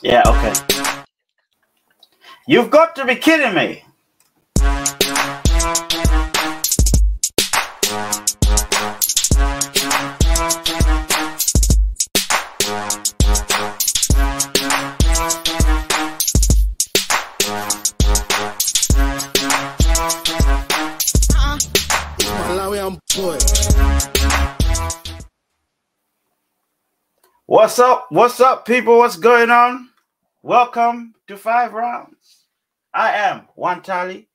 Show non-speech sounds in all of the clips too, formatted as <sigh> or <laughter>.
Yeah, okay. You've got to be kidding me! What's up? What's up, people? What's going on? Welcome to Five Rounds. I am One Tally.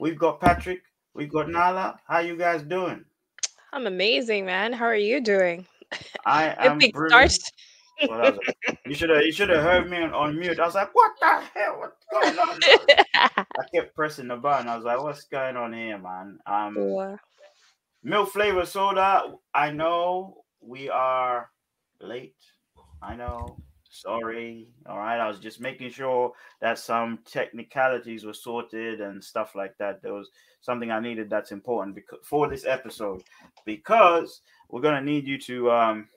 We've got Patrick. We've got Nala. How you guys doing? I'm amazing, man. How are you doing? I am big brilliant. <laughs> start. Well, that was a- you should have you should have heard me on, on mute. I was like, what the hell? What's going on? I kept pressing the button. I was like, what's going on here, man? Um, Wow. milk flavor soda. I know we are late. I know. Sorry. All right. I was just making sure that some technicalities were sorted and stuff like that. There was something I needed that's important because, for this episode because we're going to need you to um,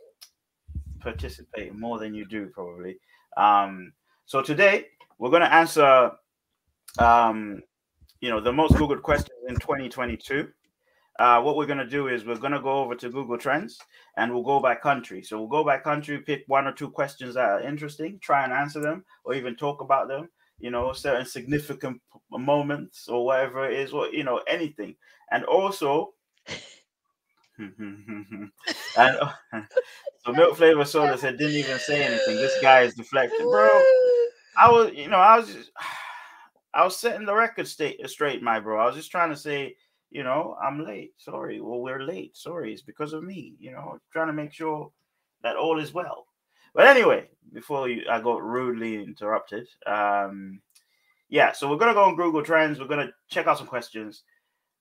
participate more than you do, probably. Um, so today we're going to answer, um, you know, the most Googled questions in 2022 uh, what we're going to do is we're going to go over to Google Trends and we'll go by country. So we'll go by country, pick one or two questions that are interesting, try and answer them or even talk about them, you know, certain significant p- moments or whatever it is, or, you know, anything. And also, <laughs> and <laughs> so Milk Flavor Soda said, didn't even say anything. This guy is deflected. Bro, I was, you know, I was just, <sighs> I was setting the record state straight, my bro. I was just trying to say, you know, I'm late. Sorry. Well, we're late. Sorry. It's because of me. You know, trying to make sure that all is well. But anyway, before you, I got rudely interrupted. Um, yeah, so we're gonna go on Google Trends. We're gonna check out some questions.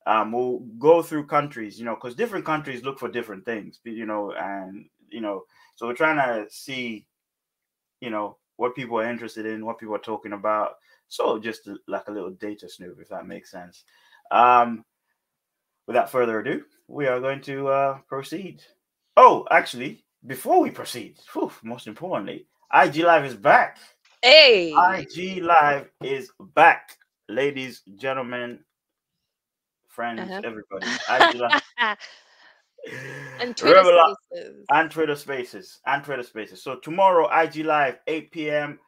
Um, we'll go through countries, you know, because different countries look for different things, you know, and you know, so we're trying to see you know what people are interested in, what people are talking about. So just a- like a little data snoop, if that makes sense. Um, without further ado, we are going to uh, proceed. Oh, actually, before we proceed, phew, most importantly, IG Live is back. Hey. IG Live is back, ladies, gentlemen, friends, Uh-huh. <laughs> everybody. IG Live and Twitter Remember la- Spaces. and Twitter Spaces and Twitter Spaces. So tomorrow, IG Live, 8 p.m.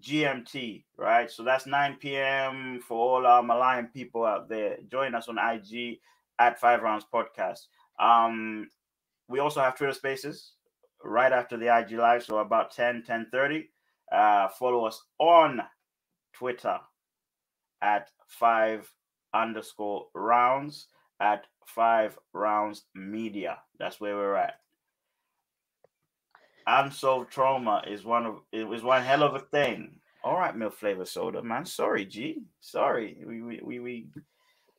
GMT, right? So that's 9 p.m. for all our Malayan people out there. Join us on IG at Five Rounds Podcast. Um, we also have Twitter Spaces right after the IG Live, so about 10, 10 Uh, follow us on Twitter at five underscore rounds at five rounds media. That's where we're at unsolved trauma is one of it was one hell of a thing. All right, milk flavor soda, man. Sorry, G. Sorry, we we we, we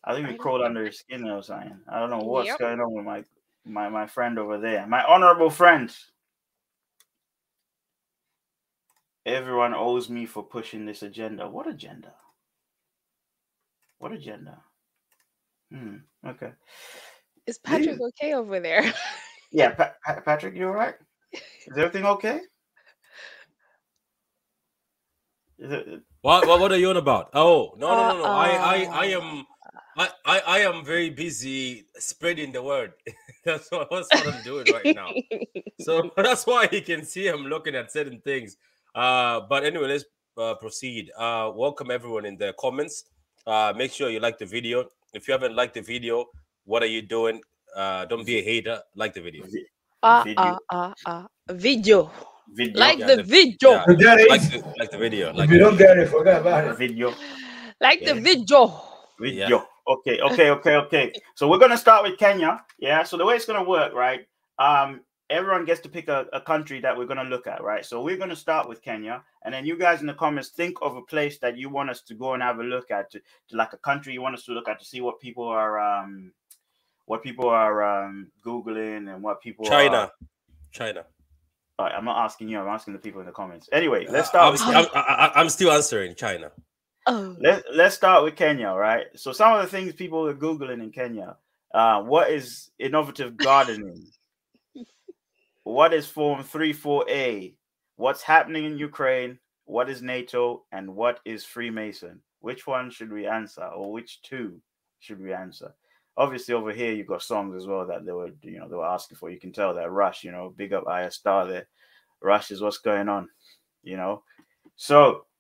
I think I we don't crawled under his skin or something. I don't know what's Yep. going on with my my my friend over there, my honorable friend. Everyone owes me for pushing this agenda. What agenda? What agenda? Hmm. Okay. Is Patrick okay over there? Yeah, pa- Pa- Patrick, you all right? Is everything okay? Is it, What, what what are you on about? Oh no no no no! I I, I Uh-uh. am I, I I am very busy spreading the word. <laughs> that's what that's what I'm doing right <laughs> now. So <laughs> that's why you can see I'm looking at certain things. Uh, but anyway, let's uh, proceed. Uh, welcome everyone in the comments. Uh, make sure you like the video. If you haven't liked the video, what are you doing? Uh, don't be a hater. Like the video. Ah, Video. ah, ah, ah. Video. video, Like yeah, the the- video. yeah. Forget it. Like the, like the video. Like if you the don't video. get it, forget about it. video, <gasps> Like the Yeah. video. video. Okay, okay, okay, okay. So we're gonna start with Kenya. Yeah. So the way it's gonna work, right? Um, everyone gets to pick a, a country that we're gonna look at, right? So we're gonna start with Kenya, and then you guys in the comments think of a place that you want us to go and have a look at, to, to like a country you want us to look at to see what people are, um, what people are um googling and what people are- China. China. All right, I'm not asking you. I'm asking the people in the comments. Anyway, Uh, let's start. I'm, With, st- I'm, I, I- I'm still answering China. Oh. let Let's start with Kenya, right? So some of the things people are googling in Kenya. Uh, what is innovative gardening? what is Form Three Four A? What's happening in Ukraine? what is NATO and what is Freemason? Which one should we answer, or which two should we answer? Obviously, over here you've got songs as well that they were, you know, they were asking for. You can tell that Rush, you know, big up IS Star there. Rush is what's going on, you know. So <laughs>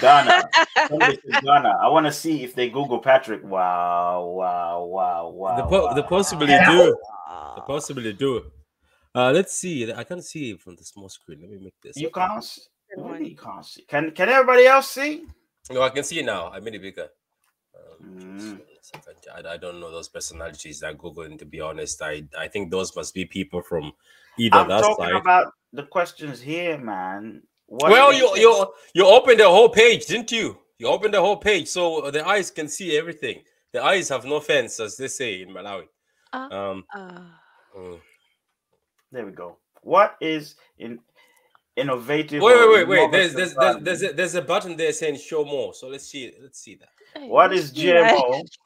Ghana, <laughs> Somebody said Ghana. I want to see if they Google Patrick. Wow, wow, wow, wow. The po- wow. the possibly do. Ah, The possibly do. Uh, let's see. I can't see from the small screen. Let me make this. you up. can't. See? What do you can't see? Can Can everybody else see? No, I can see now. I made it bigger. Um, Mm. just a second. I, I don't know those personalities that Google. And to be honest, I I think those must be people from either I'm that talking side. about the questions here, man. What well, is- you you you opened the whole page, didn't you? You opened the whole page, so the eyes can see everything. The eyes have no fence, as they say in Malawi. Ah. Um, Ah. mm. There we go. What is in innovative? wait, wait, or wait, wait. There's innovative there's there's there's farming? a, there's a button there saying show more. So let's see let's see that. Hey, What is <laughs> yeah.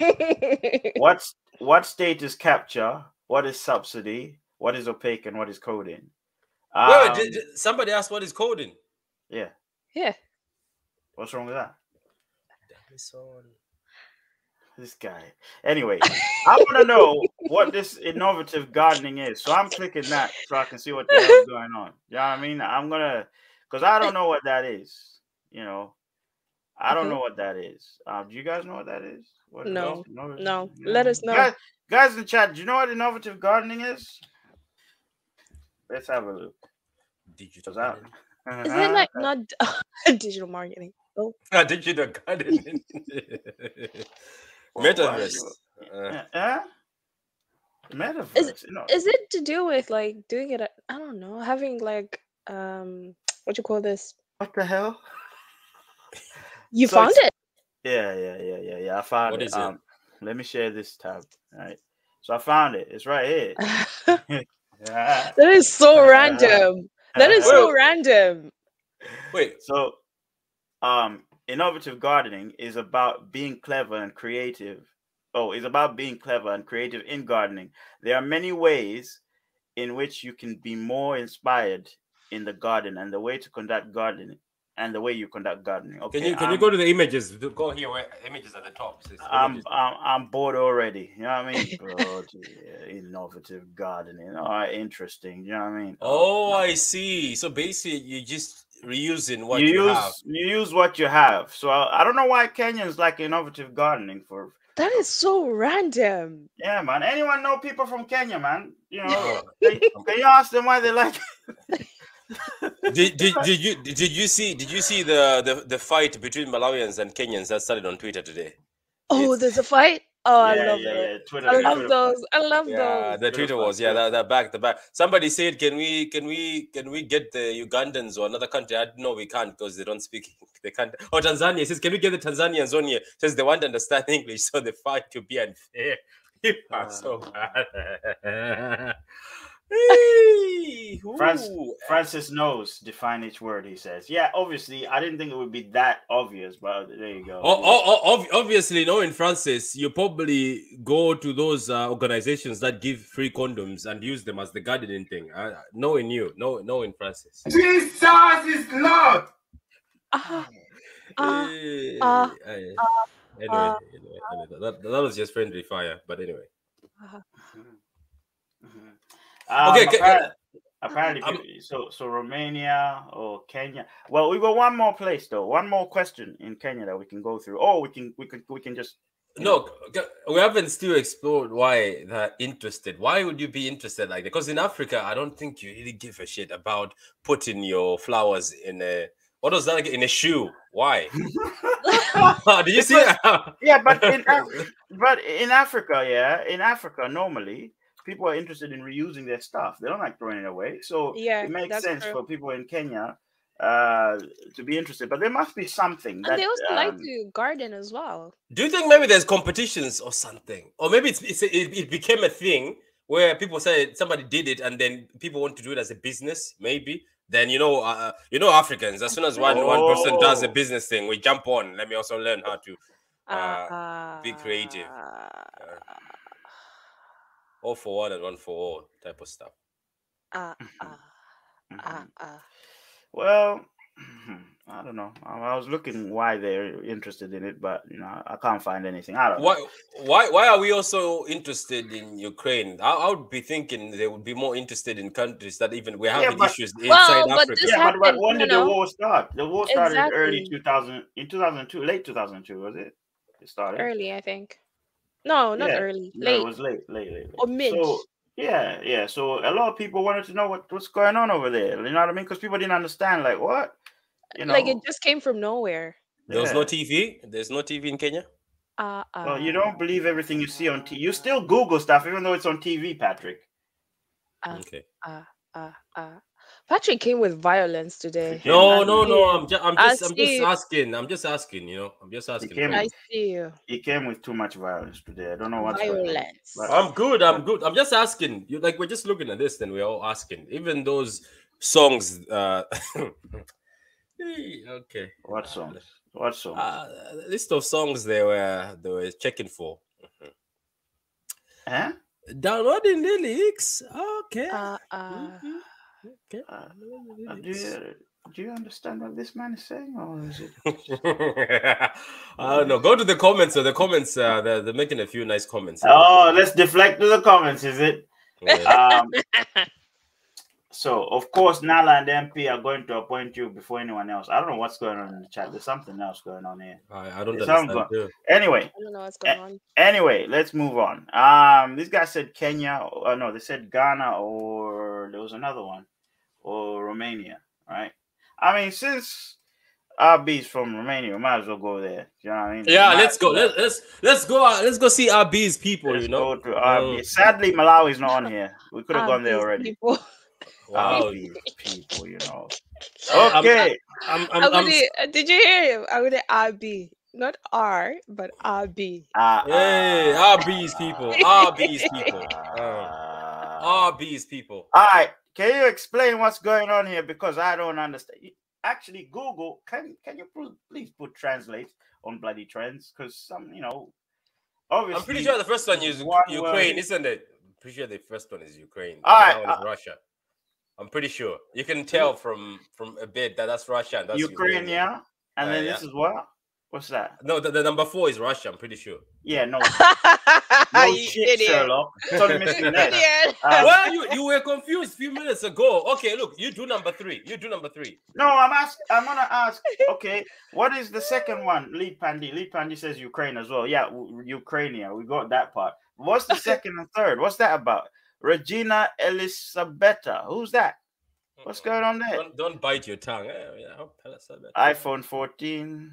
GMO? What's what state is capture? What is subsidy? What is opaque and what is coding? Wait, Um, wait, did- did- somebody asked what is coding. yeah. yeah. What's wrong with that? Davison. This guy. Anyway, I want to know what this innovative gardening is. So I'm clicking that so I can see what the <laughs> hell's going on. You know what I mean? I'm gonna, cause I don't know what that is. You know, I don't Mhm. know what that is. Um, do you guys know what that is? What is No, innov- no. Let us know. Guys, guys in the chat, do you know what innovative gardening is? Let's have a look. Digital. Cause I, gardening. <laughs> Is it like not <laughs> digital marketing? Oh, <laughs> Ah, digital <laughs> gardening. Metaverse. Uh, Eh, <laughs> eh? Metaverse. you know, is it to do with like doing it? at- I don't know, having like um, what you call this? what the hell? You So found it's- it. Yeah, yeah, yeah, yeah, yeah. I found What it. is it? Um, let me share this tab. All right. So I found it. It's right <laughs> here. <laughs> that Yeah. is <laughs> so Uh, random. That is so random. wait, so. Um, innovative gardening is about being clever and creative. Oh, is about being clever and creative in gardening. There are many ways in which you can be more inspired in the garden and the way to conduct gardening and the way you conduct gardening. Okay, um, can you can you I'm- go to the images? Go here where images at the top. says I'm, images. I'm I'm bored already. You know what I mean? Bro, yeah, innovative gardening. All right, interesting. You know what I mean? Oh, I see. So basically, you just reusing what you, you, use <laughs> have. you use what you have. So I, I don't know why Kenyans like innovative gardening for. That is so random. Yeah, man. Anyone know people from Kenya, man? You know, Oh. they- can you ask them why they like? did, did, did you did you see did you see the, the the fight between Malawians and Kenyans that started on Twitter today? Oh, It's- there's a fight. Oh, I love <laughs> yeah, it. yeah. Twitter. I love Twitter. those. I love Yeah, those. the Twitter was yeah Beautiful. that, that back the back. Somebody said, can we can we can we get the Ugandans or another country? I no, we can't because they don't speak. They can't. Or Tanzania says, can we get the Tanzanians on here? Says they want to understand <laughs> English, so the fight to be unfair. <laughs> You are so bad. <laughs> Hey, France- ooh. Francis knows. Define each word. He says. Yeah, obviously, I didn't think it would be that obvious, but there you go. Oh, oh, oh, ob- obviously, knowing Francis, you probably go to those uh, organizations that give free condoms and use them as the gardening thing. Uh, knowing you, no, knowing Francis. Jesus is Lord. <laughs> Ah, Ah, Eh, ah, eh, anyway, anyway, anyway, that, that was just friendly fire, but anyway. Mhm. Um, Okay, ca- ca- apparent- apparently, Um, people- so so Romania or Kenya. Well, we got one more place though. One more question in Kenya that we can go through. Oh, we can we can we can <laughs> just No, c- c- we haven't still explored why they're interested. Why would you be interested like that? Because in Africa, I don't think you really give a shit about putting your flowers in a what was that again? in a shoe? <laughs> Why? <laughs> Did you see that? yeah, but <laughs> in Af- but in Africa, yeah, in Africa, normally people are interested in reusing their stuff. They don't like throwing it away. So Yeah, it makes that's sense true. for people in Kenya uh to be interested. But there must be something that and they also like um, <laughs> to garden as well. Do you think maybe there's competitions or something, or maybe it's, it's it, it became a thing where people said somebody did it, and then people want to do it as a business? Maybe then you know, uh, you know, Africans. As soon as one one person does a Oh. business thing, we jump on. Let me also learn how to. Uh, be creative. ah, all for one and one for all type of stuff. Uh, uh, mm-hmm. <laughs> Ah, ah. Well, <clears throat> I don't know. I, I was looking why they're interested in it, but you know, I can't find anything. I don't. know. Why, why, why are we also interested in Ukraine? I, I would be thinking they would be more interested in countries that even we're Yeah, having but- issues Well, inside but Africa. this yeah, but, but happened, when you did know. the war start? The war started early Exactly. 2000, in 2002, late 2002, was it? It started. Early, I think. No, not Yeah. early. No, Late. it was late, late, late. late. Or mid. So, yeah, yeah. So a lot of people wanted to know what, what's going on over there. You know what I mean? Because people didn't understand, like, what? You know, Like it just came from nowhere. There was yeah. no TV. There's no TV in Kenya. Uh, uh, Well, you don't believe everything you see on TV. You still Google stuff, even though it's on TV, Patrick. Ah. Okay. Uh, uh. Patrick came with violence today. He came No, at no, me. no. I'm just, I'm I just, I'm see. just asking. I'm just asking. You know, I'm just asking. came I see you. He came with too much violence today. I don't know what's going on. Violence. But- I'm good. I'm good. I'm just asking. You like we're just looking at this, and we're all asking. Even those songs. Uh, <laughs> hey, okay. What songs? What songs? Uh, the list of songs they were they were checking for. huh? Downloading lyrics. Okay. Uh, <laughs> uh, Mhm. okay. Uh, Downloading Uh, do lyrics. you do you understand what this man is saying, or is it? <laughs> I don't know. Go to the comments. So the comments, uh, they're, they're making a few nice comments. <laughs> Oh, let's deflect to the comments. Is it? Yeah. Um, so of course Nala and MP are going to appoint you before anyone else. I don't know what's going on in the chat. There's something else going on here. I, I don't It sounds understand. like- too. Anyway, I don't know Eh, what's going on. Anyway, let's move on. Um, this guy said Kenya. Uh, no, they said Ghana, or there was another one, or Romania. Right? I mean, since RB's from Romania, we might as well go there. You know what I mean? Yeah, Might let's as go. well. Let's let's let's go. Uh, let's go see RB's people. Let's you know. go to RB. Sadly, Malawi's not on here. We could have Ah, gone there these already. people. Wow. RB people, you <laughs> know. I'm- <laughs> Okay, <laughs> I'm, i e, I'm, I'm, did you hear him? I would RB, not R, but ah, <laughs> RB. uh, hey, uh, RB's people. RB's <laughs> people. <laughs> Uh, uh, RB's people. All right, can you explain what's going on here? Because I don't understand. You- Actually, Google, can can you pl- please put translate on bloody trends? Because some, you know, obviously, I'm pretty sure the first one is Uk- one Ukraine, word. isn't it? I'm pretty sure the first one is Ukraine. All and right, uh, that one is Russia. I'm pretty sure. You can tell from from a bit that that's Russia and that's Ukraine, yeah, and Uh, then yeah. this is what? What's that? No, the, the number four is Russia. I'm pretty sure. Yeah, <laughs> no, Ah, no you shit, idiot. Sherlock. Sorry, <laughs> Mr. Ned. Idiot. Uh, well, you, you were confused a few minutes ago. Okay, look, you do number three. You do number three. No, I'm ask. I'm gonna ask. Okay, what is the second one? Lead Pandy. Lead Pandy says Ukraine as well. Yeah, w- Ukrainia. We got that part. What's the second and third? What's that about? Regina Elisabetta. Who's that? What's going on there? <laughs> Don't, don't bite your tongue. Eh, yeah, I'll tell us about <laughs> that. iPhone 14.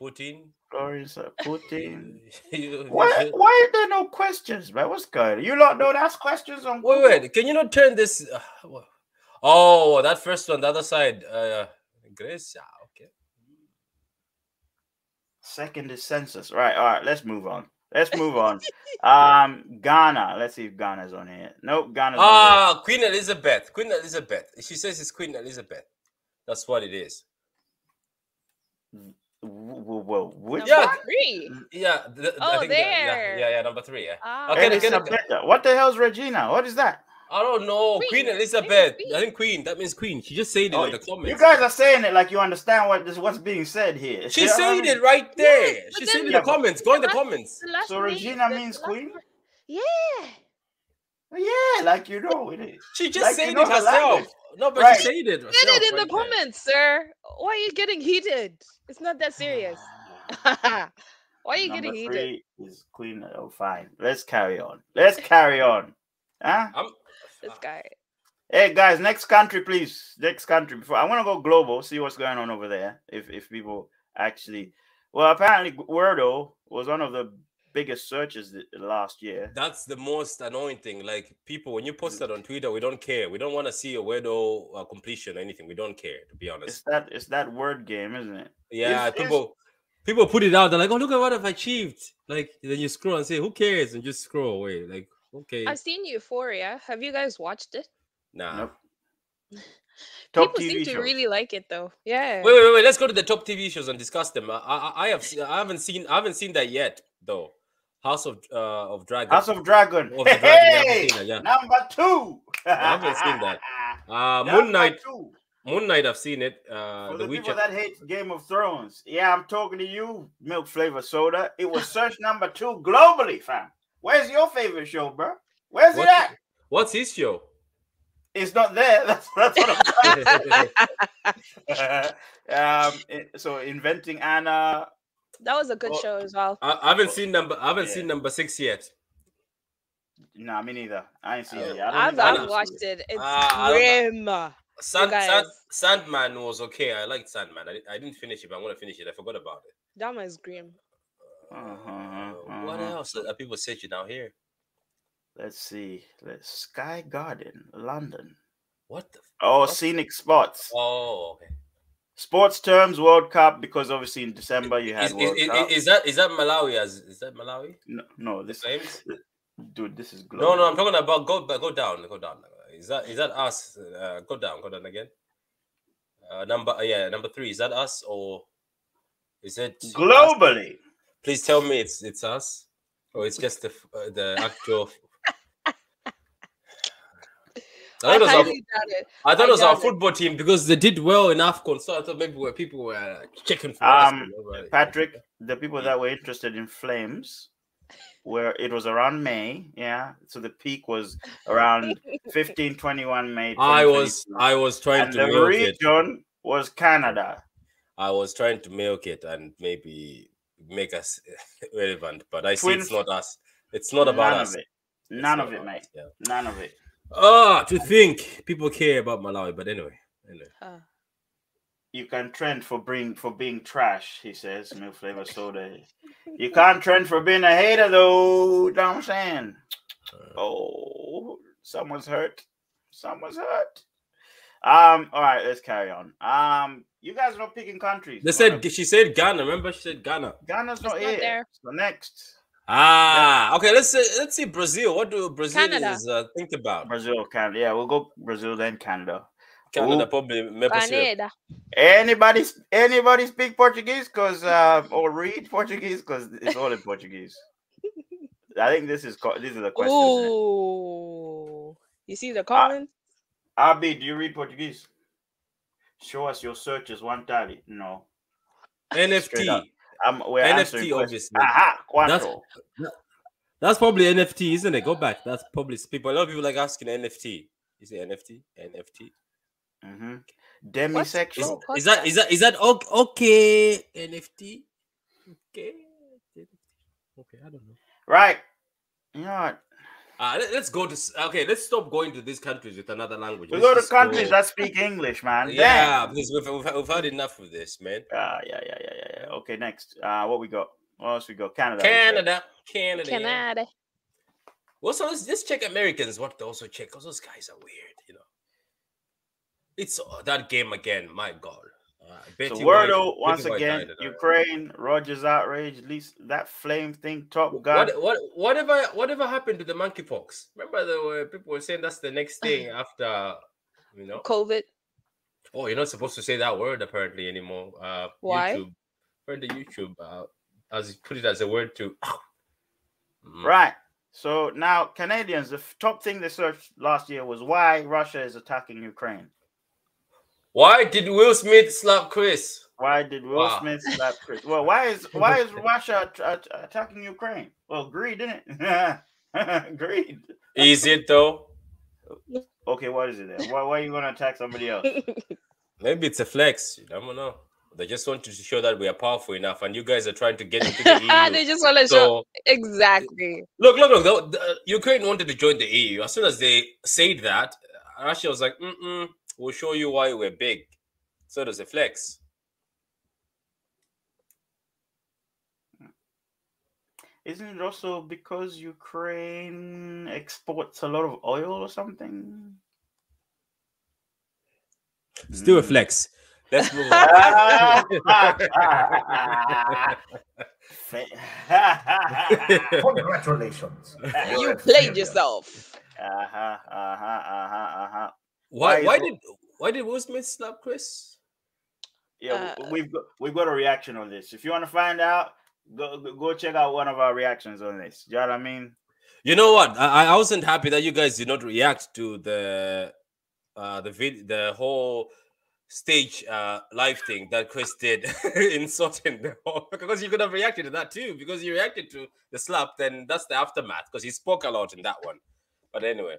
Putin. Glorious uh, Putin. <laughs> You- Why? Why are there no questions, man? What's going? on? You lot don't ask questions on. Wait, Google? wait. Can you not turn this? <sighs> uh, wha- Oh, that first one, the other side. Uh, Grace. Yeah, okay. Second is census. Right. All right. Let's move on. Let's move on. Um, Ghana. Let's see if Ghana's on here. Nope. Ghana's. not here. Ah, Queen Elizabeth. Queen Elizabeth. She says it's Queen Elizabeth. That's what it is. Whoa, whoa, whoa, which Mm. Number Yeah. three. Yeah. th- th- Oh, I think that- there. Yeah, yeah, yeah, number three. Yeah. Ah, Okay, Eddie okay, said okay. better. What the hell's Regina? What is that? I don't know. Queen, Queen I think it's Elizabeth. I Queen. think Queen. That means Queen. She just said it Oh, in the comments. You guys are saying it like you understand what this what's being said here. she You know what I said mean? it right there. Yes, but she said it in then- the comments. Go in the What? comments. The last So name- Regina the means last queen? one- Yeah. Yeah, like you know it is. She just Like, you said know it her herself. language. No, but Right. she said it. Said herself it in the right there. comments, sir. Why are you getting heated? It's not that <sighs> serious. <laughs> Why are you Ah, Number getting heated? three is Queen. Oh, fine. Let's carry on. Let's carry on. Huh? I'm, This guy. Hey guys, next country, please. Next country. Before I want to go global, see what's going on over there. If if people actually, well, apparently Wordle was one of the biggest searches th- last year. That's the most annoying thing. Like people, when you post that on Twitter, we don't care. We don't want to see a weirdo uh, completion or anything. We don't care, to be honest. It's that it's that word game, isn't it? yeah, it's- people, people put it out. They're like, "Oh, look at what I've achieved!" Like then you scroll and say, "Who cares?" and just scroll away. Like, okay, I've seen Euphoria. Have you guys watched it? nah. Nope. Top People TV seem to shows. really like it though. Yeah. Wait, wait, wait. Let's go to the top TV shows and discuss them. I, I, I have, se- I haven't seen, I haven't seen that yet though. House of, uh, of Dragon. House of Dragon. Of the Dragon, yeah, I've Hey, seen that, yeah. number two. <laughs> I haven't seen that. Uh, That Moon I Knight, do. Moon Knight, I've seen it. Uh, For the the people Witcher. that hate Game of Thrones, yeah, I'm talking to you, Milk Flavor Soda. It <laughs> was search number two globally, fam. Where's your favorite show, bro? Where's What- it at? What's his show? It's not there. <laughs> That's, that's what I'm that <laughs> um, it- so inventing Anna. That was a good Well, show as well. I, I haven't seen number. I haven't Yeah. seen number six yet. Nah, me neither. I ain't seen Uh, it. Yet. I don't I've, even- I I've I've don't- watched it. It's Ah, I grim. Sand, guys. Sand, Sandman was okay. I liked Sandman. I, di- I didn't finish it, but I'm gonna finish it. I forgot about it. Uh, That one is grim. Uh-huh, What uh-huh. else are people searching out here? Let's see. Let's Sky Garden, London. What the? F- Oh, What? scenic spots. oh, okay. Sports terms, World Cup, because obviously in December you had Is, World is, Cup. is, is that is that Malawi? As is that Malawi? no, no, this Claims? dude, this is global. No, no. I'm talking about go go down, go down. Is that is that us? Uh, go down, go down again. Uh, number uh, yeah, number three. Is that us or is it us? globally. Please tell me it's it's us or it's just the f- uh, the actual. I I thought, it was our, highly doubt it. I thought it was I our doubt it. football team because they did well in AFCON. So I thought maybe where people were checking for us. Um, you know, but- Patrick, the people Yeah. that were interested in flames, where it was around May, yeah. So the peak was <laughs> <laughs> around 15, 21 May. I was 2022. I was trying and to the milk it. region was Canada. I was trying to milk it and maybe make us <laughs> relevant, but I see Twin it's not us. It's not about None us. of it. None It's not of it, about mate. us, Yeah. None of it. Ah, to think people care about Malawi, but anyway, anyway. Huh. You can trend for being for being trash, he says. Milk flavor soda. <laughs> You can't trend for being a hater, though. Know what I'm saying? Uh. Oh, someone's hurt. Someone's hurt. Um. All right, let's carry on. Um. You guys are not picking countries. They said she said Ghana. Remember, she said Ghana. Ghana's not not here. there. So next, Ah, okay. Let's see, let's see Brazil. What do Brazilians Canada. uh, think about Brazil, Canada. Yeah, we'll go Brazil then Canada. Canada? Ooh. Probably maple syrup. Canada. Anybody, anybody speak Portuguese? Cause uh, or read Portuguese? Cause it's <laughs> all in Portuguese. I think this is co- these are the questions. isn't it? Ooh. Ah, You see the comments? Abi, do you read Portuguese? Show us your searches one time. No, Straight up. NFT. I'm we're answering NFT, questions. obviously. Aha, cuatro. That's probably NFT, isn't it? Go back. That's probably people. A lot of people like asking NFT. Is it NFT? NFT. Mm-hmm. Is, Demisexual. is that is that is that o- okay? NFT. Okay. Okay. I don't know. Right. You know what? Uh, let, us go to s- okay. Let's stop going to these countries with another language. We Let's go to just countries go- that speak English, man. yeah, Damn. because we've, we've, we've had enough of this, man. Ah, yeah, yeah, yeah, yeah, yeah. Okay, next. Uh, what we got? What else we got? Canada. you said. Canada, Canada. yeah. Canada. Also, let's just check Americans. What to also check? Because those guys are weird, you know. It's uh, that game again. My God. Uh, So Betty White- Wordo, once Betty White again, died, uh, Ukraine, Rogers outrage, least that flame thing, Top Gun. What, what whatever whatever happened to the monkeypox? Remember, there were people were saying that's the next thing after, you know. COVID. Oh, you're not supposed to say that word apparently anymore. Uh, Why? YouTube, apparently YouTube uh, as put it as a word to. <coughs> Mm. Right. So now Canadians, the f- top thing they searched last year was why Russia is attacking Ukraine. Why did Will Smith slap Chris? Why did Will Wow. <laughs> Smith slap Chris? Well, why is why is Russia att- att- attacking Ukraine? Well, greed, isn't it? <laughs> greed. Is it though? Okay, what is it then? Why, why are you going to attack somebody else? <laughs> Maybe it's a flex. You never know. They just wanted to show that we are powerful enough, and you guys are trying to get into the <laughs> Ah, they EU. just want to show so exactly. look, look, look. The, the- Ukraine wanted to join the EU. As soon as they said that, Russia was like, Mm-mm, "We'll show you why we're big." So there's a flex. Isn't it also because Ukraine exports a lot of oil or something? Still <laughs> a Mm. flex. Hmm. Let's move <laughs> Ah! on. Congratulations. You played yourself. Uh-huh, uh-huh, uh-huh, uh-huh. Why why? is <laughs> Why Will- did? Why did Will Smith slap Chris? Yeah, w- Uh, we've got, we've got a reaction on this. If you want to find out, go go- go check out one of our reactions on this. You know what I mean? You know what? I, I wasn't happy that you guys did not react to the uh, the vid- the whole stage uh, live thing that Chris did <laughs> in sorting the whole because you could have reacted to that too because you reacted to the slap. Then that's the aftermath because he spoke a lot in that one. But anyway,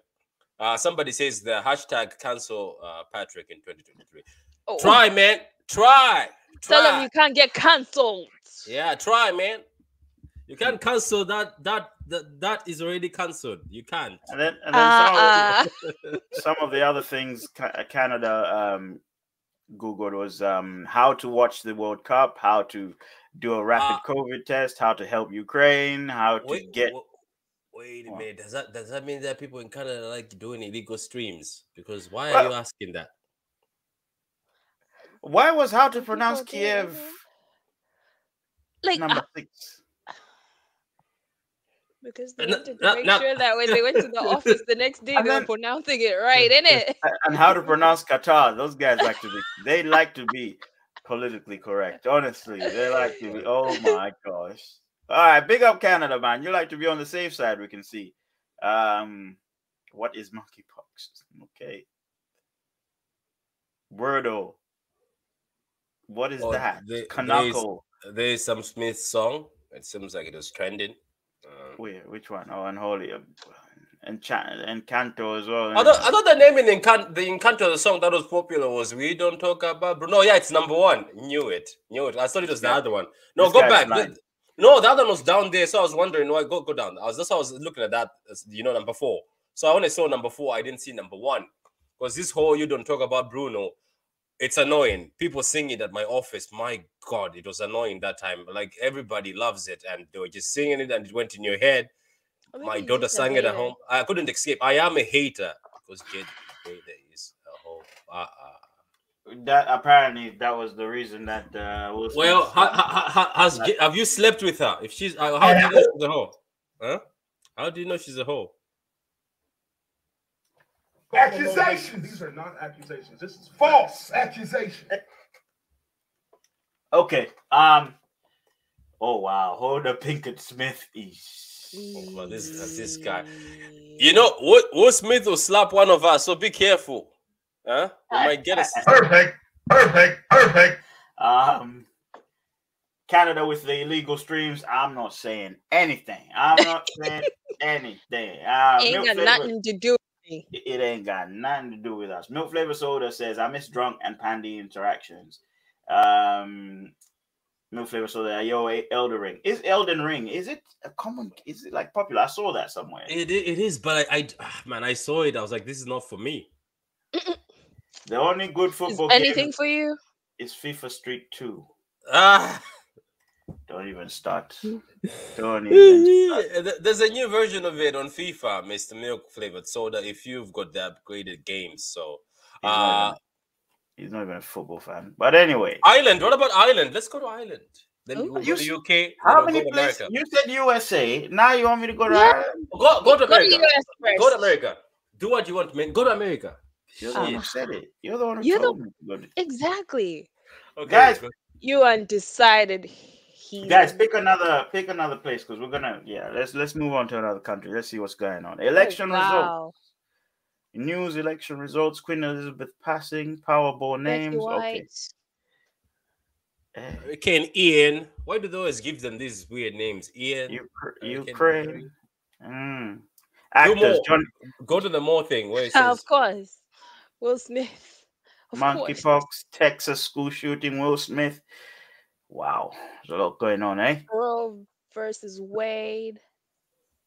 uh, somebody says the hashtag cancel uh, Patrick in 2023. Oh, Try, man. Try. tell Try. them you can't get cancelled. Yeah, try, man. You can't cancel that. That that that is already cancelled. You can't. And then, and then some, of, Uh, <laughs> <laughs> some of the other things Ca- uh, Canada um, Googled was um, how to watch the World Cup, how to do a rapid COVID test, how to help Ukraine, how to Wait, get. wa- wait a What? minute. Does that does that mean that people in Canada like doing illegal streams? Because why are Well- you asking that? Why was how to People pronounce do it, Kiev like number six? <laughs> Because they No, wanted to no, make no. sure that when they went <laughs> to the office the next day, And they were then- pronouncing it <laughs> right, innit? <laughs> A- And how to pronounce Qatar? Those guys like to be. They like to be politically correct. Honestly, they like to be. Oh my gosh! All right, big up Canada, man. You like to be on the safe side. We can see. Um, what is monkeypox? Okay. Wordo. What is Oh, that? the- there is- Kanako. There is some Smith song. It seems like it was trending. Uh, Wait, which one? Oh, unholy. um, And Chan and Canto as well. I thought, I thought the name in the Encan- the Encanto the song that was popular was "We Don't Talk About Bruno." Yeah, it's number one. Knew it, knew it. I thought it was the Yeah. other one. No, This go guy's back. blind. No, the other one was down there, so I was wondering why. Go, go down. I was that's how I was looking at that. as- You know, number four. So I only saw number four. I didn't see number one because this whole "You Don't Talk About Bruno." It's annoying. People sing it at my office. My God, it was annoying that time. Like everybody loves it, and they were just singing it, and it went in your head Or Oh, my maybe he's daughter just a sang it at hater. home. I couldn't escape. I am a hater because Jade Jade is a whole. Uh, uh. that apparently that was the reason that uh, Will Smith Well, ha, slapped ha, ha, has, Jade- have you slept with her? If she's, uh, how do you know she's a hoe? Huh? How do you know she's a hoe? Accusations. These are not accusations. This is false accusation. Okay. Um. Oh wow, Hoda Pinkett Smith is. Oh, well, this, this guy. You know, Will, Will Smith will slap one of us, so be careful. Huh? You might get <laughs> us. Perfect. Perfect. Perfect. Um. Canada with the illegal streams. I'm not saying anything. <laughs> I'm not saying anything. Uh, Ain't Milk got Flavor- nothing to do. it it ain't got nothing to do with us. Milk Flavor Soda says, I miss drunk and pandy interactions. Um, Milk Flavor Soda, yo, Elden Ring. Is Elden Ring, is it a common, is it like popular? I saw that somewhere. It, i- it is, but I, I ah, man, I saw it. I was like, this is not for me. The only good Is football anything game for you? is FIFA Street 2. Ah. Don't even <laughs> start. Don't even start. <laughs> Th- There's a new version of it on FIFA, Mr. Milk flavored soda. If you've got the upgraded games, so He's not, uh, even, he's not even a football fan. But anyway, Ireland. What about Ireland? Let's go to Ireland. Then Oh. we'll You go s- to UK. how then we'll many go to places? America. You said USA. Now you want me to go to Yeah. Ireland? Go, go to Go to America. US first. Go to America. Do what you want, man. Go to America. You're the one who Um, said it. You're the one who you're the- told me to go to Exactly. Okay, Guys, go- You undecided. guys heathen. pick another pick another place because we're gonna yeah let's let's move on to another country let's see what's going on Oh, election results wow. news election results queen elizabeth passing powerball Betty names okay White. Eh, Hurricane Ian. Why do they always give them these weird names? Ian. Ukra- Hurricane ukraine Ian. mm. actors more. john Go to the more thing where it Ah, says of course. Will Smith. <laughs> Of course. monkeypox texas school shooting will smith wow there's a lot going on eh Roe versus Wade.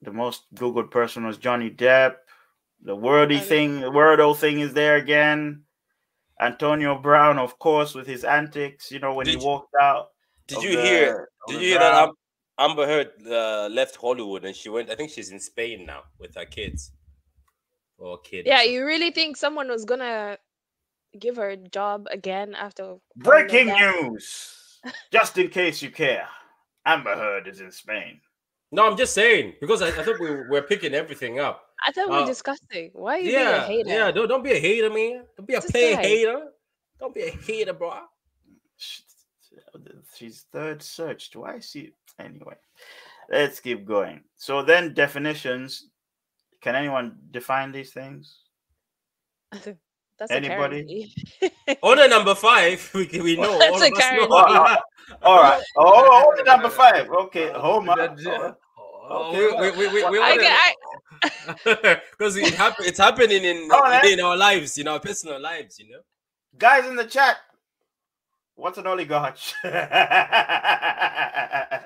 the most googled person was johnny depp the wordy Um, thing the wordo thing is there again Antonio Brown, of course, with his antics, you know, when Did- he walked out. Did of you hear? the- of Did the you hear that ground. Am- Amber Heard uh, left Hollywood and she went? I think she's in Spain now with her kids. Or kid. or Yeah, something. you really think someone was gonna give her a job again after all of Breaking that? news. Just in case you care, Amber Heard is in Spain. No, I'm just saying because I, I thought we were picking everything up. I thought we were Uh, discussing. Why are you yeah, being a hater? yeah. Don't don't be a hater, man. Don't be a Just player say. hater. Don't be a hater, bro. Sh- She's third searched. Why is she? Anyway, let's keep going. So then, definitions. Can anyone define these things? <laughs> That's Anybody? apparently. <laughs> Order number five. <laughs> We can, we know. That's all a of us know. guarantee. All right. Oh, order number five. <laughs> Okay, hold on. Oh, Okay. we, we, we, we I, ordered- get, <laughs> I because it happen, it's happening in All right. in our lives, in our personal lives, you know. Guys in the chat, what's an oligarch? <laughs> I've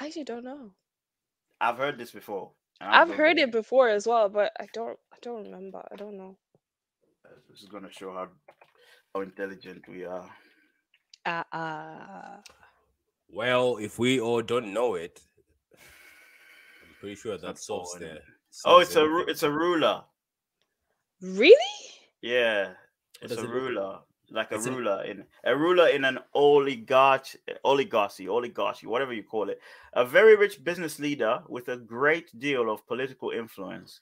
I actually don't know. heard this before. and I'm I've gonna heard be- it before as well, but I don't I don't remember. I don't know. This is going to show how, how intelligent we are. Uh, uh, Well, if we all don't know it, I'm pretty sure that That's solves all, the. isn't it? Oh, it's a ru- solves it's a ruler. really? Yeah, it's a does it look like? ruler, like a It's an- ruler in a ruler in an oligarch, oligarchy, oligarchy, whatever you call it. A very rich business leader with a great deal of political influence,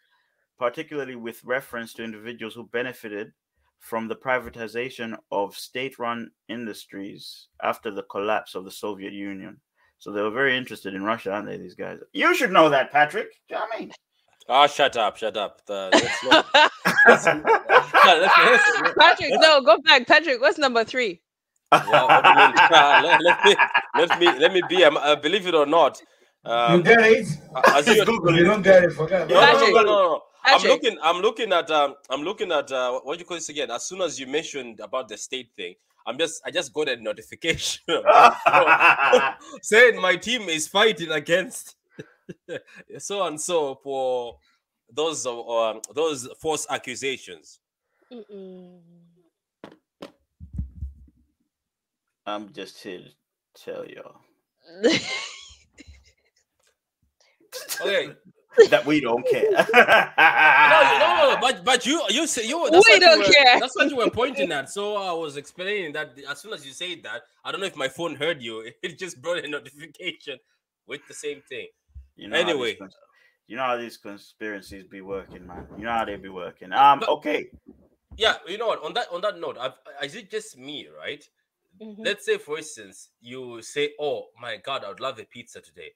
particularly with reference to individuals who benefited from the privatization of state-run industries after the collapse of the Soviet Union. So they were very interested in Russia, aren't they? These guys. You should know that, Patrick. Do you know what I mean? Ah, shut up, shut up. The- <laughs> <laughs> let's not- let's- let's- let's- Patrick, no, go back. Patrick, what's number three? <laughs> well, what do you mean? Ah, let, let me, let me let me be. Um, uh, believe it or not, you um, get it? as you If you don't get it, forget No, about no, it. no, Patrick. no, no, no. I'm Patrick. looking. I'm looking at. Um, I'm looking at. Uh, what do you call this again? As soon as you mentioned about the state thing, I'm just. I just got a notification <laughs> <laughs> saying my team is fighting against <laughs> so and so for those uh, um, those false accusations. <laughs> Mm-mm. I'm just here to tell y'all. <laughs> Okay, no, that we don't care. you- no, no, no, but but you you say you. Ah. We what you don't were- care. That's what <laughs> you were pointing at. So I was explaining that as soon as you said that, I don't know if my phone heard you. <laughs> It just brought a notification with the same thing. <laughs> You how these Anyway. cons- you know how these conspiracies be working, man. You know how they be working. Um, But- okay. Yeah, you know what? On that on that note, I've, is it just me, right? Mhm. Let's say, for instance, you say, "Oh my God, I'd love a pizza today."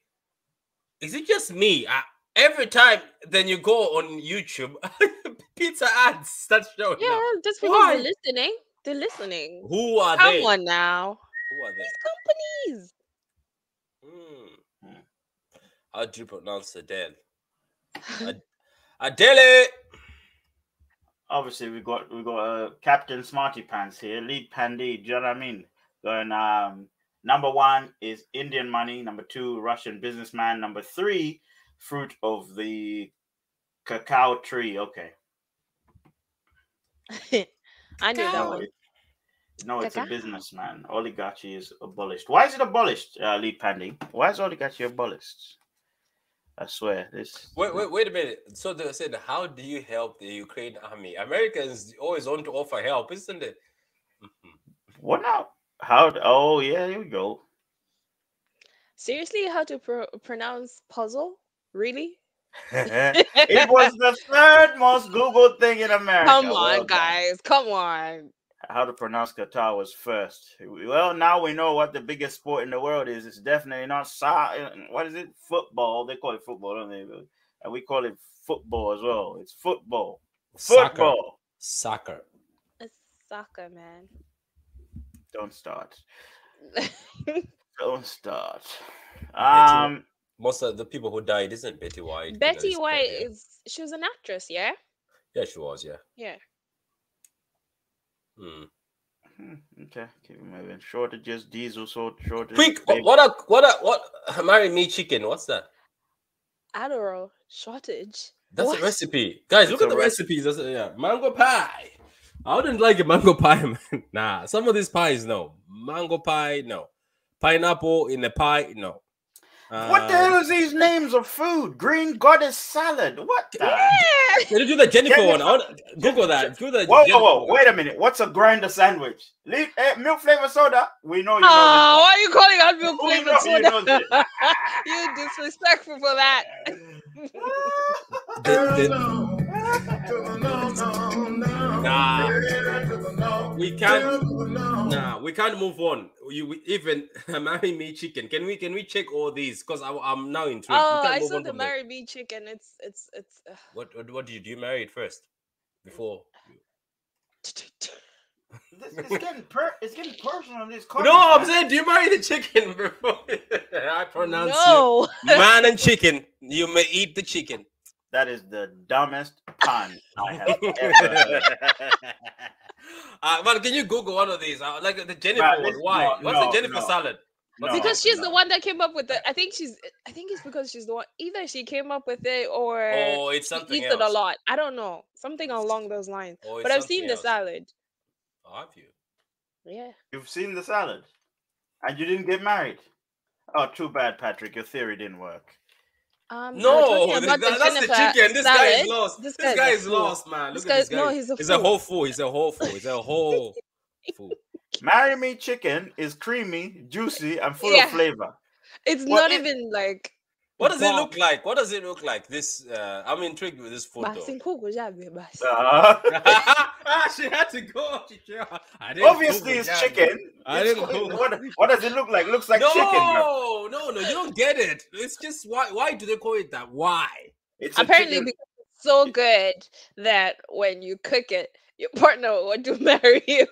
Is it just me? I, every time, then you go on YouTube, <laughs> pizza ads start showing yeah, up. just because Why? they're listening. They're listening. Who are Come they? on now. Who are they? These companies. Hmm. Hmm. How do you pronounce Adele? Ad- Adele. Obviously, we got we got uh, Captain Smarty Pants here, lead Pandy. Do you know what I mean? Going um, number one is Indian money. Number two, Russian businessman. Number three, fruit of the cacao tree. Okay. <laughs> I knew that Cacao. one. it- No, it's a Cacao. businessman. Oligarchy is abolished. Why is it abolished, uh, Lee Pandy? Why is oligarchy abolished? I swear this. Wait, wait, wait a minute. So they said, "How do you help the Ukraine army?" Americans always want to offer help, isn't it? What now? How? d- Oh yeah, here we go. Seriously, how to pro- pronounce puzzle? Really? it was <laughs> the third most Googled thing in America. Come Well on, done. guys. Come on. How to pronounce Qatar was first. Well, now we know what the biggest sport in the world is. It's definitely not so- uh, What is it? Football. They call it football, don't they? And we call it football as well. It's football. Football. Soccer. Soccer. It's soccer, man. Don't start. <laughs> Betty Don't start. Um, Most of the people who died isn't Betty White. you know, this- White yeah. is she was an actress, yeah? Yeah, she was. Yeah. Yeah. Hmm. hmm, okay, keep it moving. Shortages, diesel sort shortages. Quick! wh- What a what a what? Marry me, chicken. What's that? Adderall <laughs> shortage. That's What? a recipe, guys. Look It's at a the rec- recipes. That's yeah, mango pie. I wouldn't like a mango <laughs> pie, man. Nah, some of these pies, no. Mango pie, no. Pineapple in the pie, no. What the Uh, hell is these names of food? Green goddess salad. What the? Did you do the Jennifer, Jennifer- one? I wanna- Google that. Google that. Whoa, Jennifer whoa, whoa! one. Wait a minute. What's a grinder sandwich? Le- eh, milk flavor soda. We know you know. Uh, Oh, why are you calling <laughs> out milk Who flavor knows- who knows soda? <laughs> you disrespectful for that. The- the- No, no, no, no, no. Nah. Yeah, to the no. We can't- Yeah, to the no. Nah, we can't move on. You we- even <laughs> marry me chicken. Can we? Can we check all these? Because I'm now intrigued. We Oh, can't I move saw on the from there. marry me chicken. It's it's it's. ugh. What, what? What do you do? You marry it first, before. This, it's getting per, it's getting personal. This <laughs> No, I'm saying, do you marry the chicken before <laughs> I pronounce no. you man and chicken? You may eat the chicken. that is the dumbest pun I <laughs> have ever. heard. <laughs> uh, man, can you Google one of these? Uh, like the Jennifer Right, one. it's- Why? no, What's no, the Jennifer no. salad? No, because she's Oh, no. the one that came up with it. I think she's. I think it's because she's the one. Either she came up with it or Oh, it's something she eats else. it a lot. I don't know. Something along those lines. Oh, it's but I've something seen the else. salad. Oh, have you? Yeah. You've seen the salad, and you didn't get married. Oh, too bad, Patrick. Your theory didn't work. Um, we were No, talking th- about that- that's the Jennifer chicken. This guy is salad. lost. This, This guy is a guy is fool. lost, man. This Look guy at is- this guy. no, he's a He's a fool. whole fool. He's a whole fool. He's a <laughs> whole fool. Marry me chicken is creamy, juicy, and full Yeah. of <laughs> flavor. It's What not is- even like. What does it Wow. look like? What does it look like? This uh, I'm intrigued with this photo. Basi nkukhu jabe basi. Uh, ah, <laughs> <laughs> she had to go. She- she- I didn't obviously, Google it's that, man. chicken. I It's didn't called- Google. what, what does it look like? Looks like no, chicken. Bro. no, no, you don't get it. It's just why? Why do they call it that? Why? It's a Apparently, chicken- because it's so good that when you cook it, your partner will want to <laughs> marry you.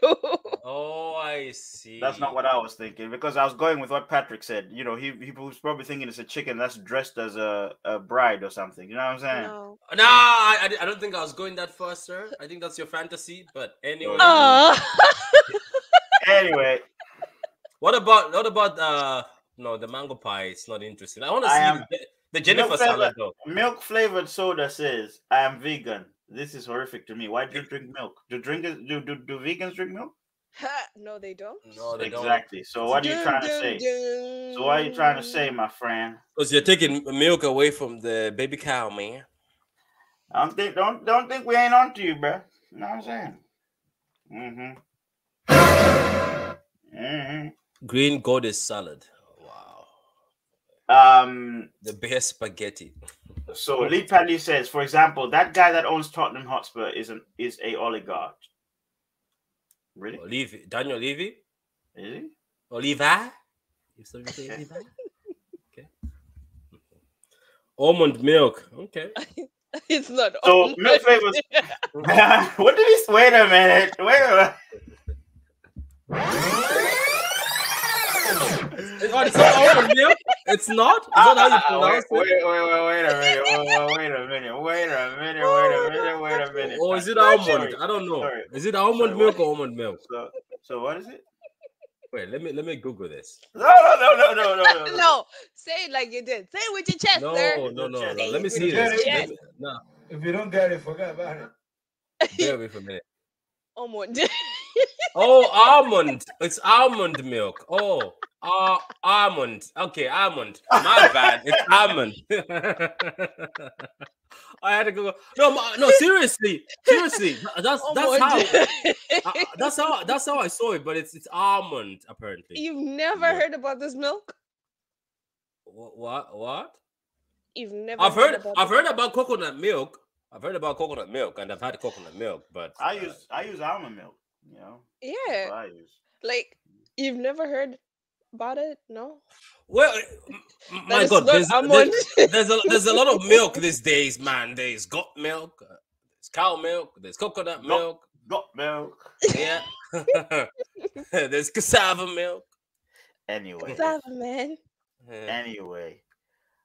Oh, I see. That's not what I was thinking because I was going with what Patrick said. You know, he he was probably thinking it's a chicken that's dressed as a, a bride or something. You know what I'm saying? no. Nah, I, I di- I don't think I was going that far, sir. I think that's your fantasy. But anyway, Oh. Anyway, what about what about uh no the mango pie? It's not interesting. I want to I see am- the, the Jennifer Milk salad. salad though. milk flavored soda says I am vegan. This is horrific to me. Why do you drink milk? Do drinkers do do, do vegans drink milk? <laughs> no, they don't. No, they don't. exactly. So what are you trying to say? So what are you trying to say, my friend? Because you're taking milk away from the baby cow, man. I don't think don't don't think we ain't on to you, bro. You know what I'm saying? Mm-hmm. Mm-hmm. Green goddess salad. Wow. Um The best spaghetti. so Lee Padley says, for example, that guy that owns Tottenham Hotspur is an is a oligarch. Really? Olive, Daniel Levy? Is he? Oliva? If somebody say Oliva? Okay. Almond milk. Okay. It's not. So open. milk <laughs> flavors. what did he s- wait a minute? Wait a minute. Oh, it's not almond milk? It's not? Is that how you Ah, ah, ah, pronounce wait, it? Wait, wait, wait, wait a minute. Wait, wait, wait a minute. Wait a minute. Wait a minute. Wait a minute. Or is it Sorry. almond? I don't know. Sorry. Is it almond Sorry, milk what? or almond milk? So, so what is it? Wait, let me let me Google this. No, no, no, no, no, <laughs> no, no. no. <laughs> no, say it like you did. Say it with your chest, No, sir. no, no, no. Say Let me it see with this. your Let me- No, If you don't get it, forget about it. bear with me for a minute. Almond. <laughs> Oh, almond. It's almond milk. Oh, uh, almond. Okay, almond. My bad. It's almond. <laughs> I had to go. No, ma- no. Seriously, seriously. That's Oh that's how. uh, that's how. That's how I saw it. But it's it's almond <laughs> apparently. You've never Yeah. heard about this milk? Wha- What? What? You've never. I've heard. about I've this- heard about coconut milk. I've heard about coconut milk, and I've had coconut milk, but I uh, use I use almond milk. You know, that's Yeah, what I use. like you've never heard about it? No. Well, m- m- Oh my it's God, not there's, almond. <laughs> there's, there's a there's a lot of milk these days, man. There's goat milk, uh, there's cow milk, there's coconut Goat. milk, Goat milk. yeah. <laughs> there's cassava milk. Uh, Anyway, Seven, man. Yeah. anyway.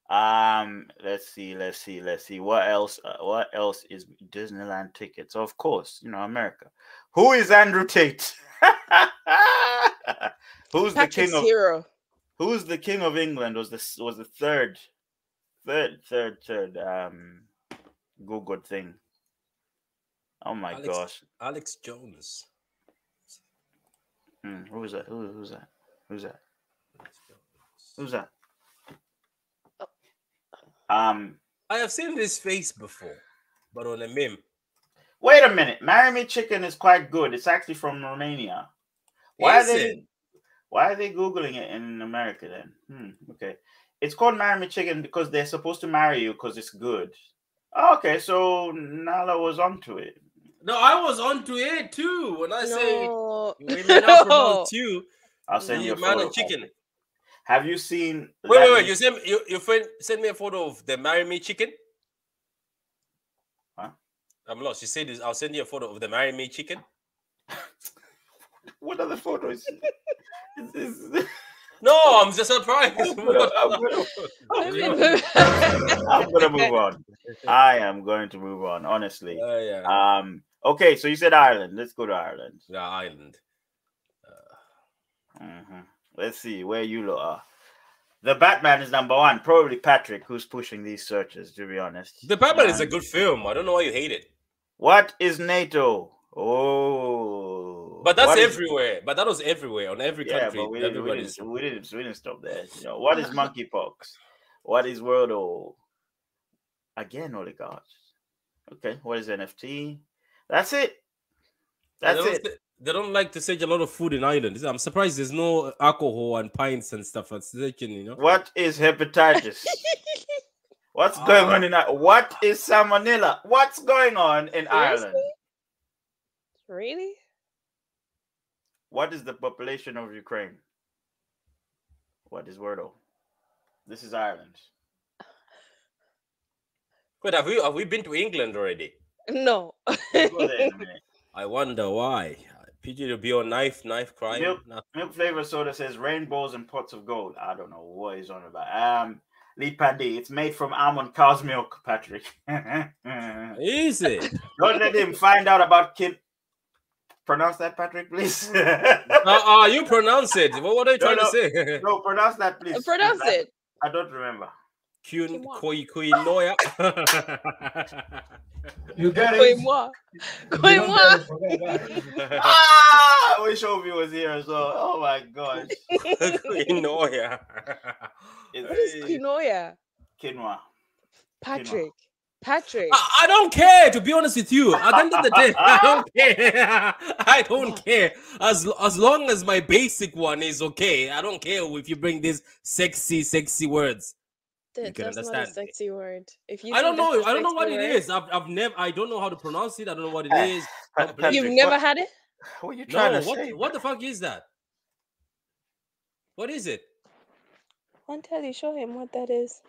Um, let's see, let's see, let's see. What else? Uh, what else is Disneyland tickets? Of course, you know America. Who is Andrew Tate? <laughs> Who's the king Patrick's of hero. who's the king of England was the s- was the third, third, third, third um Googled thing. Oh my Alex- gosh, Alex Jones. Mm, who was that? Who, who's that? Who's that? Who's that? Oh. Um, I have seen this face before, but on a meme. wait a minute. Marry Me Chicken is quite good. It's actually from Romania. Why are Is they? it? Why are they googling it in America then? Hmm, okay, it's called Marry Me Chicken because they're supposed to marry you because it's good. Okay, so Nala was onto it. No, I was onto it too when I say No. <laughs> we may not No. pronounce you. I'll send you you a man photo. of Mm, chicken. Have you seen? Wait, that wait, wait. new- You send you, your friend send me a photo of the marry me chicken. Huh? I'm lost. You said this. I'll send you a photo of the marry me chicken. <laughs> what other photo <laughs> is is- is- <laughs> No, I'm just surprised. <laughs> Oh, What- I'm gonna- Oh, Let <laughs> me Yeah. move- I'm gonna move <laughs> on. I am going to move on, honestly. Uh, yeah. Um, okay, so you said Ireland. Let's go to Ireland. The island. Mhm. Let's see where you lot are. The Batman is number one, probably Patrick, who's pushing these searches, to be honest. The Batman is a Um, good film. I don't know why you hate it. What is NATO? Oh, But that's what is- everywhere. But that was everywhere on every Yeah, country. but we didn't, we, Everybody's. didn't, we, didn't, we didn't stop there. You <laughs> know, what is monkeypox? What is world O? Again, holy God. Okay, what is NFT? That's it. That's they it. don't say- They don't like to search a lot of food in Ireland. I'm surprised there's no alcohol and pints and stuff at searching, you know. What is hepatitis? <laughs> What's going on in I- What is salmonella? What's going on in Ireland? really? What is the population of Ukraine? What is Wordle? This is Ireland. Wait, have we have we been to England already? No. Go there in a minute. I wonder why. PG to be on knife, knife crime. Milk- nothing. Milk flavor soda says rainbows and pots of gold. I don't know what he's on about. Um, Lee Pandy, it's made from almond cow's milk, Patrick. <laughs> don't Is it? <laughs> let him find out about kid. Pronounce that, Patrick, please. <laughs> uh, uh, you pronounce it. What, what are you No, trying to <laughs> say? no, pronounce that, please. <laughs> Pronounce I- it. I don't remember. Kyun Quinoa. koi <laughs> kui lawyer. <laughs> You got it. Going moi. You Going don't got moi. it. Forget about <laughs> it. ah, I wish Ovi was here as well. Oh my gosh. <laughs> <laughs> <laughs> Quinoa. What is quinoa? Quinoa. Patrick. Patrick. Ah, I, I don't care, to be honest with you. At the end of the day, I <laughs> don't care. <laughs> I don't care. As lo- as long as my basic one is okay, I don't care if you bring these sexy, sexy words. That- you can that's not a understand. sexy word. If you I don't think know. that's a I don't know sexy what it word- is. I've, I've never. I don't know how to pronounce it. I don't know what Eh, it is. Pat- Don't blame You've Patrick, never what, had it? what are you trying No, to what say? what the fuck is that? What is it? Anteli, show him what that is.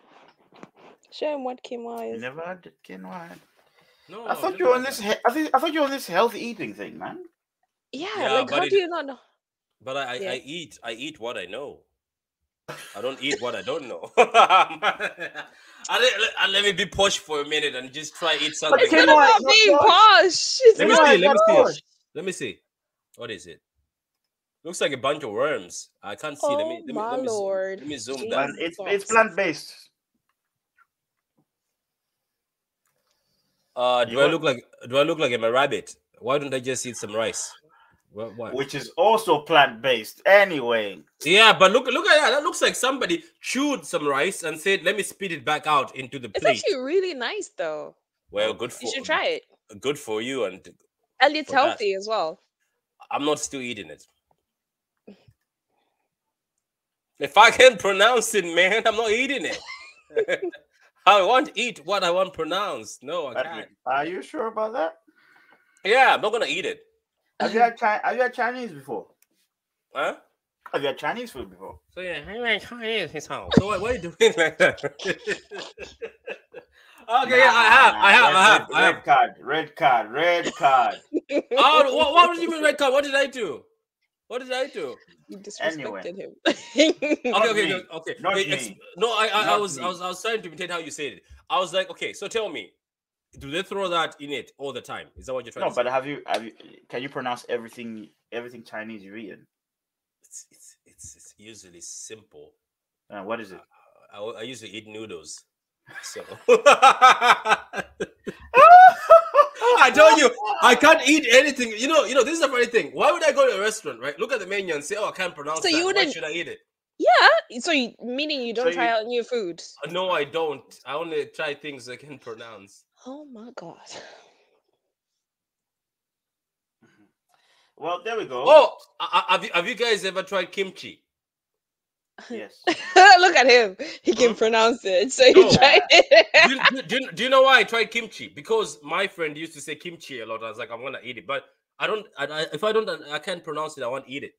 Show him what quinoa You is. never had quinoa. No, I no, thought don't you were on know this. that. He- I, think, I thought you were on this healthy eating thing, man. Yeah, Yeah, like how but do it- you not know? But I, I, Yeah. I eat. I eat what I know. I don't eat what I don't know. <laughs> I let, I let me be posh for a minute and just try eat something. It's not Quinoa is about not being good. posh. It's Let me not- see. Let me Quinoa. see. Let me see. What is it? Looks like a bunch of worms. I can't see. let me. Oh Let me, my let me, zoom- lord. let me zoom Jesus. down. Man, it's it's Sauce. plant based. Uh, do You I got- look like do I look like I'm a rabbit? Why don't I just eat some rice? What? what? which is also plant based. Anyway, Yeah, but look look at that. That looks like somebody chewed some rice and said, "Let me spit it back out into the It's plate." actually really nice though. well, good for You should try it. Good for you, and And it's for that. healthy as well. I'm not still eating it. If I can't pronounce it, man, I'm not eating it. <laughs> I won't eat what I want pronounced. No, I can't. Patrick, are you sure about that? Yeah, I'm not gonna eat it. <laughs> Have <clears throat> you had Chi- have you had Chinese before? Huh? Have you had Chinese food before? So yeah, I'm like, "How is his house?" So why, why are you doing like that? <laughs> okay, yeah, I have, I have, I have, I Red, have. card, red card, <laughs> red card. Oh, what, what did you mean red card? What did I do? What did I do? You Anyway. disrespected him. <laughs> Not Okay, okay, me. okay, okay. Not Wait, ex- me. no, I, I, I Not was, I me. was, I was trying to imitate how you said it. I was like, okay, so tell me, do they throw that in it all the time? Is that what you're trying No, to but say? have you have you can you pronounce everything everything Chinese you've eaten? It's, it's, it's, it's usually simple. Uh, what is it? I, I usually eat noodles, so. <laughs> I told you I can't eat anything. You know, you know. This is the funny thing. Why would I go to a restaurant, right? Look at the menu and say, "Oh, I can't pronounce So that. you Why wouldn't- should I eat it?" yeah. So you, meaning you don't So try you- out new food. No, I don't. I only try things I can pronounce. Oh my god. Well, there we go. Oh, I, I- have you have you guys ever tried kimchi? <laughs> yes. <laughs> <laughs> Look at him. He can Huh? pronounce it. So you No. tried do, <laughs> it. you- do, you- do, you- do you know why I tried kimchi? Because my friend used to say kimchi a lot. I was like, I'm gonna eat it, but I don't. I, I, if I don't, I can't pronounce it. I won't eat it.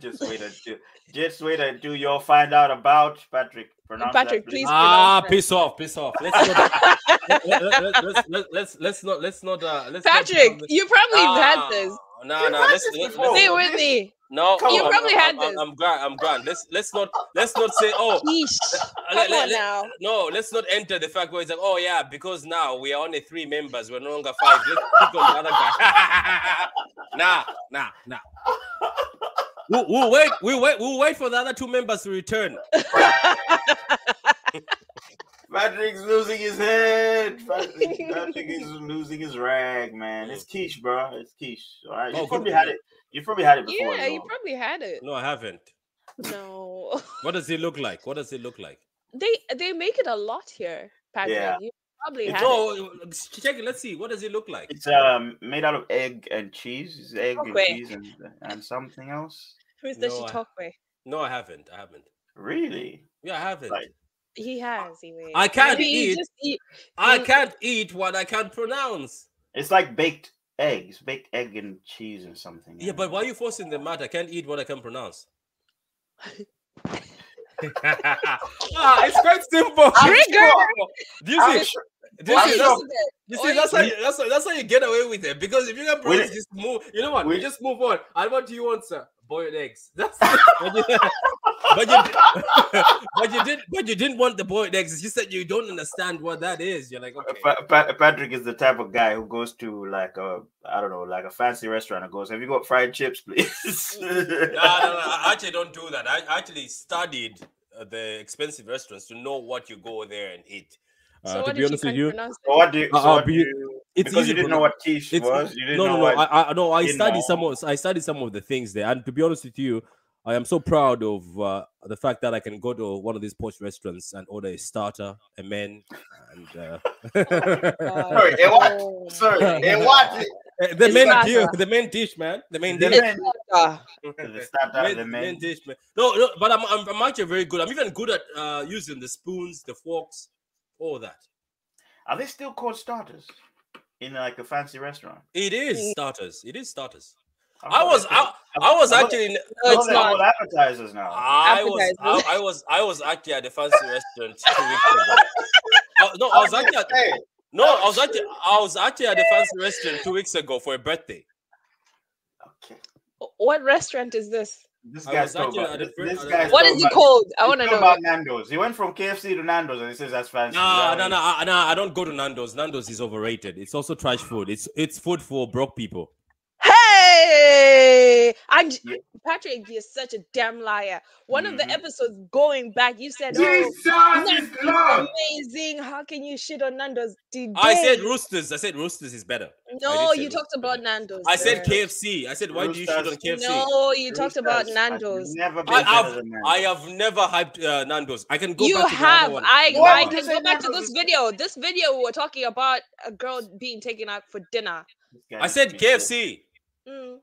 just wait until just wait until you'll find out about Patrick. Pronounce that, Patrick, please. Ah, pronounce piss off, piss off. <laughs> Let's not. let, let, let, let, let's let's not let's not. Uh, let's not Patrick, become- you probably Ah, had this. No, We've no. had Let's, this let's, before. Stay Oh, with me. no. Come You I'm- probably I'm- had I'm, this. I'm, grand. I'm grand. Let's let's not let's not say <laughs> oh. Yeesh. let- Come let- on now. No, let's not enter the fact where it's like, oh yeah, because now we are only three members, we're no longer five. Let's pick on the other guy. <laughs> nah, nah, nah. We'll, we'll wait. We'll wait. We'll wait for the other two members to return. <laughs> Patrick's losing his head. Patrick, Patrick is losing his rag, man. It's quiche, bro. It's quiche. All right. You Oh, probably good. had it. You probably had it before. Yeah, you though. probably had <laughs> it. No, I haven't. No. <laughs> What does he look like? What does he look like? They they make it a lot here, Patrick. Yeah. You probably It's had it. No, check it. Let's see. What does he look like? It's um made out of egg and cheese. It's egg Okay. and cheese and, and something else. Who's the No, I- Shitokwe? No, I haven't. I haven't. Really? Yeah, I haven't. Like- He has. He I can't Maybe you eat. just eat. I can't eat what I can't pronounce. It's like baked eggs, baked egg and cheese and something. Yeah, but why are you forcing the matter? I can't eat what I can pronounce. <laughs> ah, it's quite simple. Trigger. <laughs> Do you see? sure, Do you I'm see? sure- That's, you Or see, that's how you- you, that's how, that's how you get away with it. Because if you can pronounce We- this move, you know what? we- We just move on. And what do you want, sir? Boiled eggs. <laughs> That's but you, <laughs> but you, did- but you <laughs> did, but you didn't want the boiled eggs. You said you don't understand what that is. You're like, okay. Pa- Pa- Patrick is the type of guy who goes to like a I don't know, like a fancy restaurant and goes, "Have you got fried chips, <laughs> please?" <laughs> no, no, no. I actually don't do that. I actually studied uh, the expensive restaurants to know what you go there and eat. So what did can't pronounce So it? what do you? So Uh, uh, what but do you- you it's because easy you didn't to know know. what quiche It's- was. You didn't no, know no, what. no. I, I no, I you studied know. some of I studied some of the things there, and to be honest with you, I am so proud of uh, the fact that I can go to one of these posh restaurants and order a starter, a main, and uh, <laughs> Oh God. <laughs> Sorry, eh, what? Oh. Sorry, <laughs> eh, what? the main starter. deal, the main dish, man, the <laughs> main The dish. men, Ah, the starter, Main- the main men. dish, man. No, no, but I'm, I'm I'm actually very good. I'm even good at uh, using the spoons, the forks, all that. Are they still called starters in like a fancy restaurant? It Mm. is starters. It is starters. I I thought was they- I, I was thought- actually Ah. in, No, I thought it's they not. called appetizers now. I was I, Appetizers. I was I was actually at the fancy restaurant two weeks ago. Uh, no, I was actually at, Hey, no, I was actually I was actually at the fancy restaurant two weeks ago for a birthday. okay. What restaurant is this? This I guy's was talking actually about at a this, friend- this at a- guy's What talking is it about- called? I he's want to talking know. about Nando's. He went from KFC to Nando's and he says that's fancy. No, Yeah. no, no, I- no, I don't go to Nando's. Nando's is overrated. It's also trash food. It's it's food for broke people. Hey, I'm Yeah. Patrick. You're such a damn liar. One of the Mhm. episodes going back, you said, "Oh, Jesus is Lord. amazing! How can you shit on Nando's?" Today? I said roosters. I said roosters is better. no. say You talked about Nando's. I said sir. KFC. I said why do you shoot on Roosters. KFC? No, you talked about Roosters has Nando's. Never been I better have than Nando's. I have never hyped uh, Nando's. I can go you back to the other have. one. I, Why I would you can say go back to Nando's this is- video. This video we were talking about a girl being taken out for dinner. This guy I said needs to be clipped. KFC. Mm,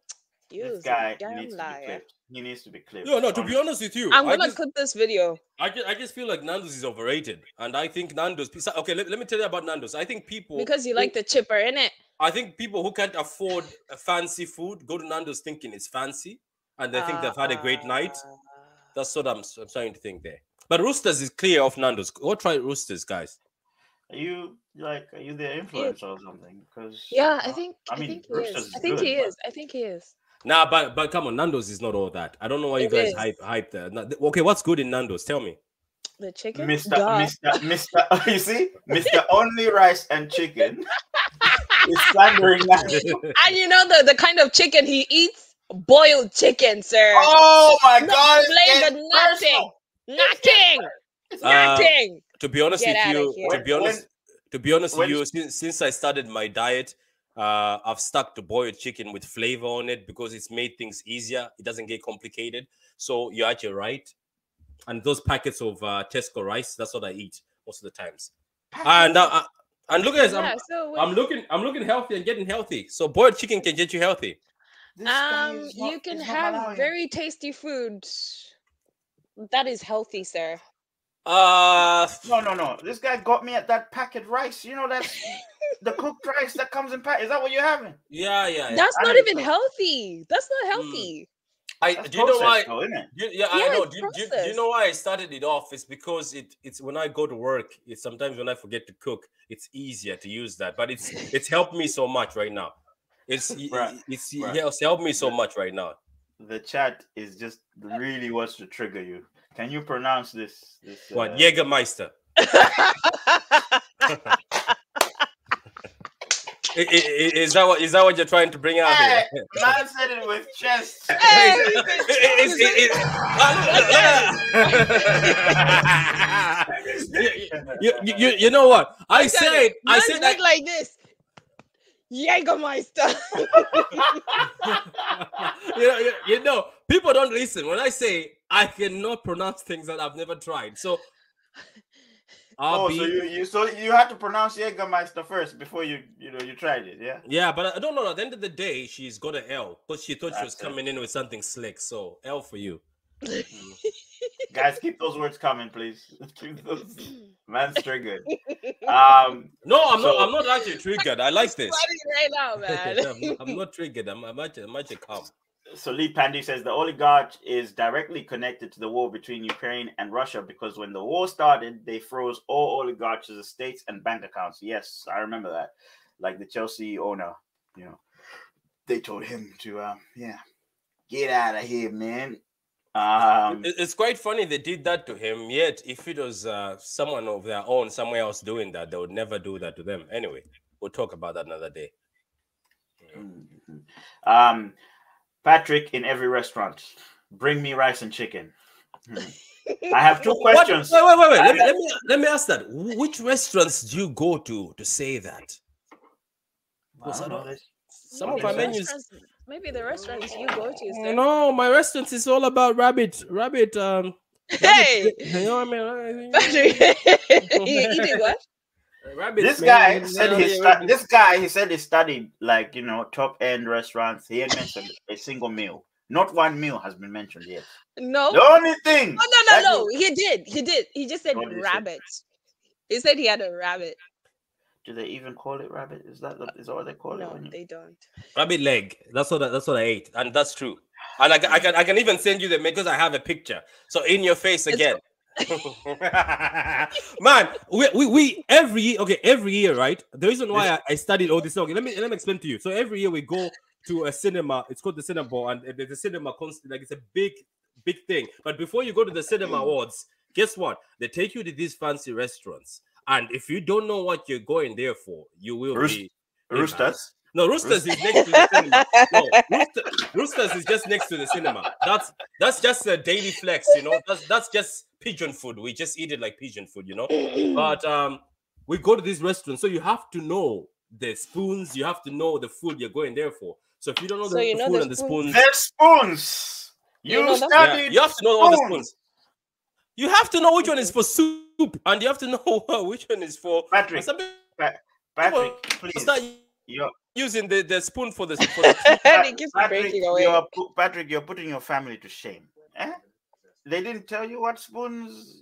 This You's a guy damn needs to be liar. clipped. He needs to be clipped. No, no. To be honestly. honest with you, I'm I gonna just- clip this video. I just, I just feel like Nando's is overrated, and I think Nando's. Okay, let, let me tell you about Nando's. I think people Because you like oh. the chipper, innit? I think people who can't afford a fancy food go to Nando's thinking it's fancy, and they think they've had a great night. Ah. That's what I'm, s- I'm starting to think there. But Roosters is clear of Nando's. Go try Roosters, guys. Are you like are you their influencer or something? Because Yeah, I think Uh, I I, mean, think he Roosters is. is I think good, he but- is. I think he is. Nah, but but come on, Nando's is not all that. I don't know why you It guys is. hype hype that. Na- th- Okay, what's good in Nando's? Tell me. The chicken. Mr. Duh. Mr. Mr. <laughs> You see, Mr. Only Rice and Chicken is slandering Nando's. <laughs> And you know the, the kind of chicken he eats? Boiled chicken, sir. Oh my Not God! it's flavored getting nothing. personal. Nothing. Um, Nothing. Uh, to be honest Get with outta you, here. to be honest, to be honest when- with you, since, since I started my diet, uh, I've stuck to boiled chicken with flavor on it because it's made things easier. It doesn't get complicated. So you're actually right. And those packets of uh, Tesco rice, that's what I eat most of the times. And uh, uh, and look at this, Yeah, I'm, so we- I'm looking, I'm looking healthy and getting healthy. So boiled chicken can get you healthy. This guy um, is not- you can is not have Malawian. very tasty food that is healthy, sir. Uh, No, no, no! This guy got me at that packet rice. You know that's <laughs> the cooked rice that comes in pack. Is that what you're having? yeah, yeah. yeah. That's I not had- even healthy. That's not Mm. healthy. I That's do you know why? process, though, isn't it? You, yeah, Yeah, I know. it's Do you, do you- do you processed. know why I started it off? It's because it it's when I go to work. It's sometimes when I forget to cook, it's easier to use that. But it's it's helped me so much right now. It's it- Right, it's right. yeah, it's helped me so much right now. The chat is just really wants to trigger you. Can you pronounce this? this What uh, <laughs> Jägermeister? <laughs> I- I- I- is that what is that what you're trying to bring out here? Man said it with <laughs> chest. Hey, It- you can- it- it's- it- it- Ah, look, look, look. <laughs> You- you- you- you know what? I Tell said you, I man's said not that like this. Jägermeister. <laughs> <laughs> you, know, you, you know, people don't listen when I say I cannot pronounce things that I've never tried. <laughs> So I'll Oh, be so you, you so you had to pronounce Jägermeister first before you you know you tried it, yeah? yeah, but uh, I don't know. At the end of the day, she's got an L because she thought she was That's it. coming in with something slick. So L for you. Guys, keep those words coming, please. <laughs> Keep those- Man's triggered. Um, No, I'm So- not. I'm not actually triggered. <laughs> I like <laughs> this. Funny right now, man. I'm, I'm not triggered. I'm, I'm actually, I'm actually calm. so Lee Pandy says the oligarch is directly connected to the war between Ukraine and Russia because when the war started, they froze all oligarchs' estates and bank accounts. Yes, I remember that. Like the Chelsea owner, you know, they told him to, um, yeah, get out of here, man. Um, It- it's quite funny they did that to him. Yet, if it was uh, someone of their own, somewhere else doing that, they would never do that to them. Anyway, we'll talk about that another day. Mhm. Um, Patrick in every restaurant, bring me rice and chicken. Hmm. <laughs> I have two What- questions. Wait, wait, wait, wait. I- Let me, let me let me ask that. Wh- Which restaurants do you go to to say that? What's I don't that? know this. Some Maybe of our the menus. restaurants- Maybe the restaurants you go to is there. No, my restaurants is all about rabbit, rabbit. Um, Hey, you know what <laughs> I mean? Patrick, <laughs> you eating what? Rabbit. This guy said he stu- this guy he said he studied like you know top end restaurants. He had mentioned a single meal. Not one meal has been mentioned yet. No. The only thing. Oh no that no no! you- He did. He did. He just said What did he say? rabbit. He said he had a rabbit. Do they even call it rabbit? Is that the, is that what they call it? No, when you- they don't. rabbit leg. That's what I, that's what I ate, and that's true. And I, ca- I can I can even send you the because I have a picture. So in your face It's- again. Man, we, we we every year okay every year right. The reason why I, I studied all this okay let me let me explain to you. So every year we go to a cinema. It's called the cinema Ball, and the, the cinema constant like it's a big big thing. But before you go to the cinema awards, guess what? They take you to these fancy restaurants, and if you don't know what you're going there for, you will Roost- be Roosters. no, Roosters is next to the cinema. No, Rooster, Roosters is just next to the cinema. That's that's just a daily flex, you know. That's that's just pigeon food. We just eat it like pigeon food, you know. But um, we go to these restaurants, so you have to know the spoons. You have to know the food you're going there for. So if you don't know So the, you the know food the and the spoons. spoons, Their spoons. You, You know, that's- yeah, studied. you have to know all the spoons. spoons. You have to know which one is for soup, and you have to know <laughs> which one is for. Patrick. Some people Patrick, please. start You're using the, the spoon for the <laughs> for the and he keeps breaking away. <laughs> You're, pu- Patrick, you're putting your family to shame. Eh? They didn't tell you what spoons,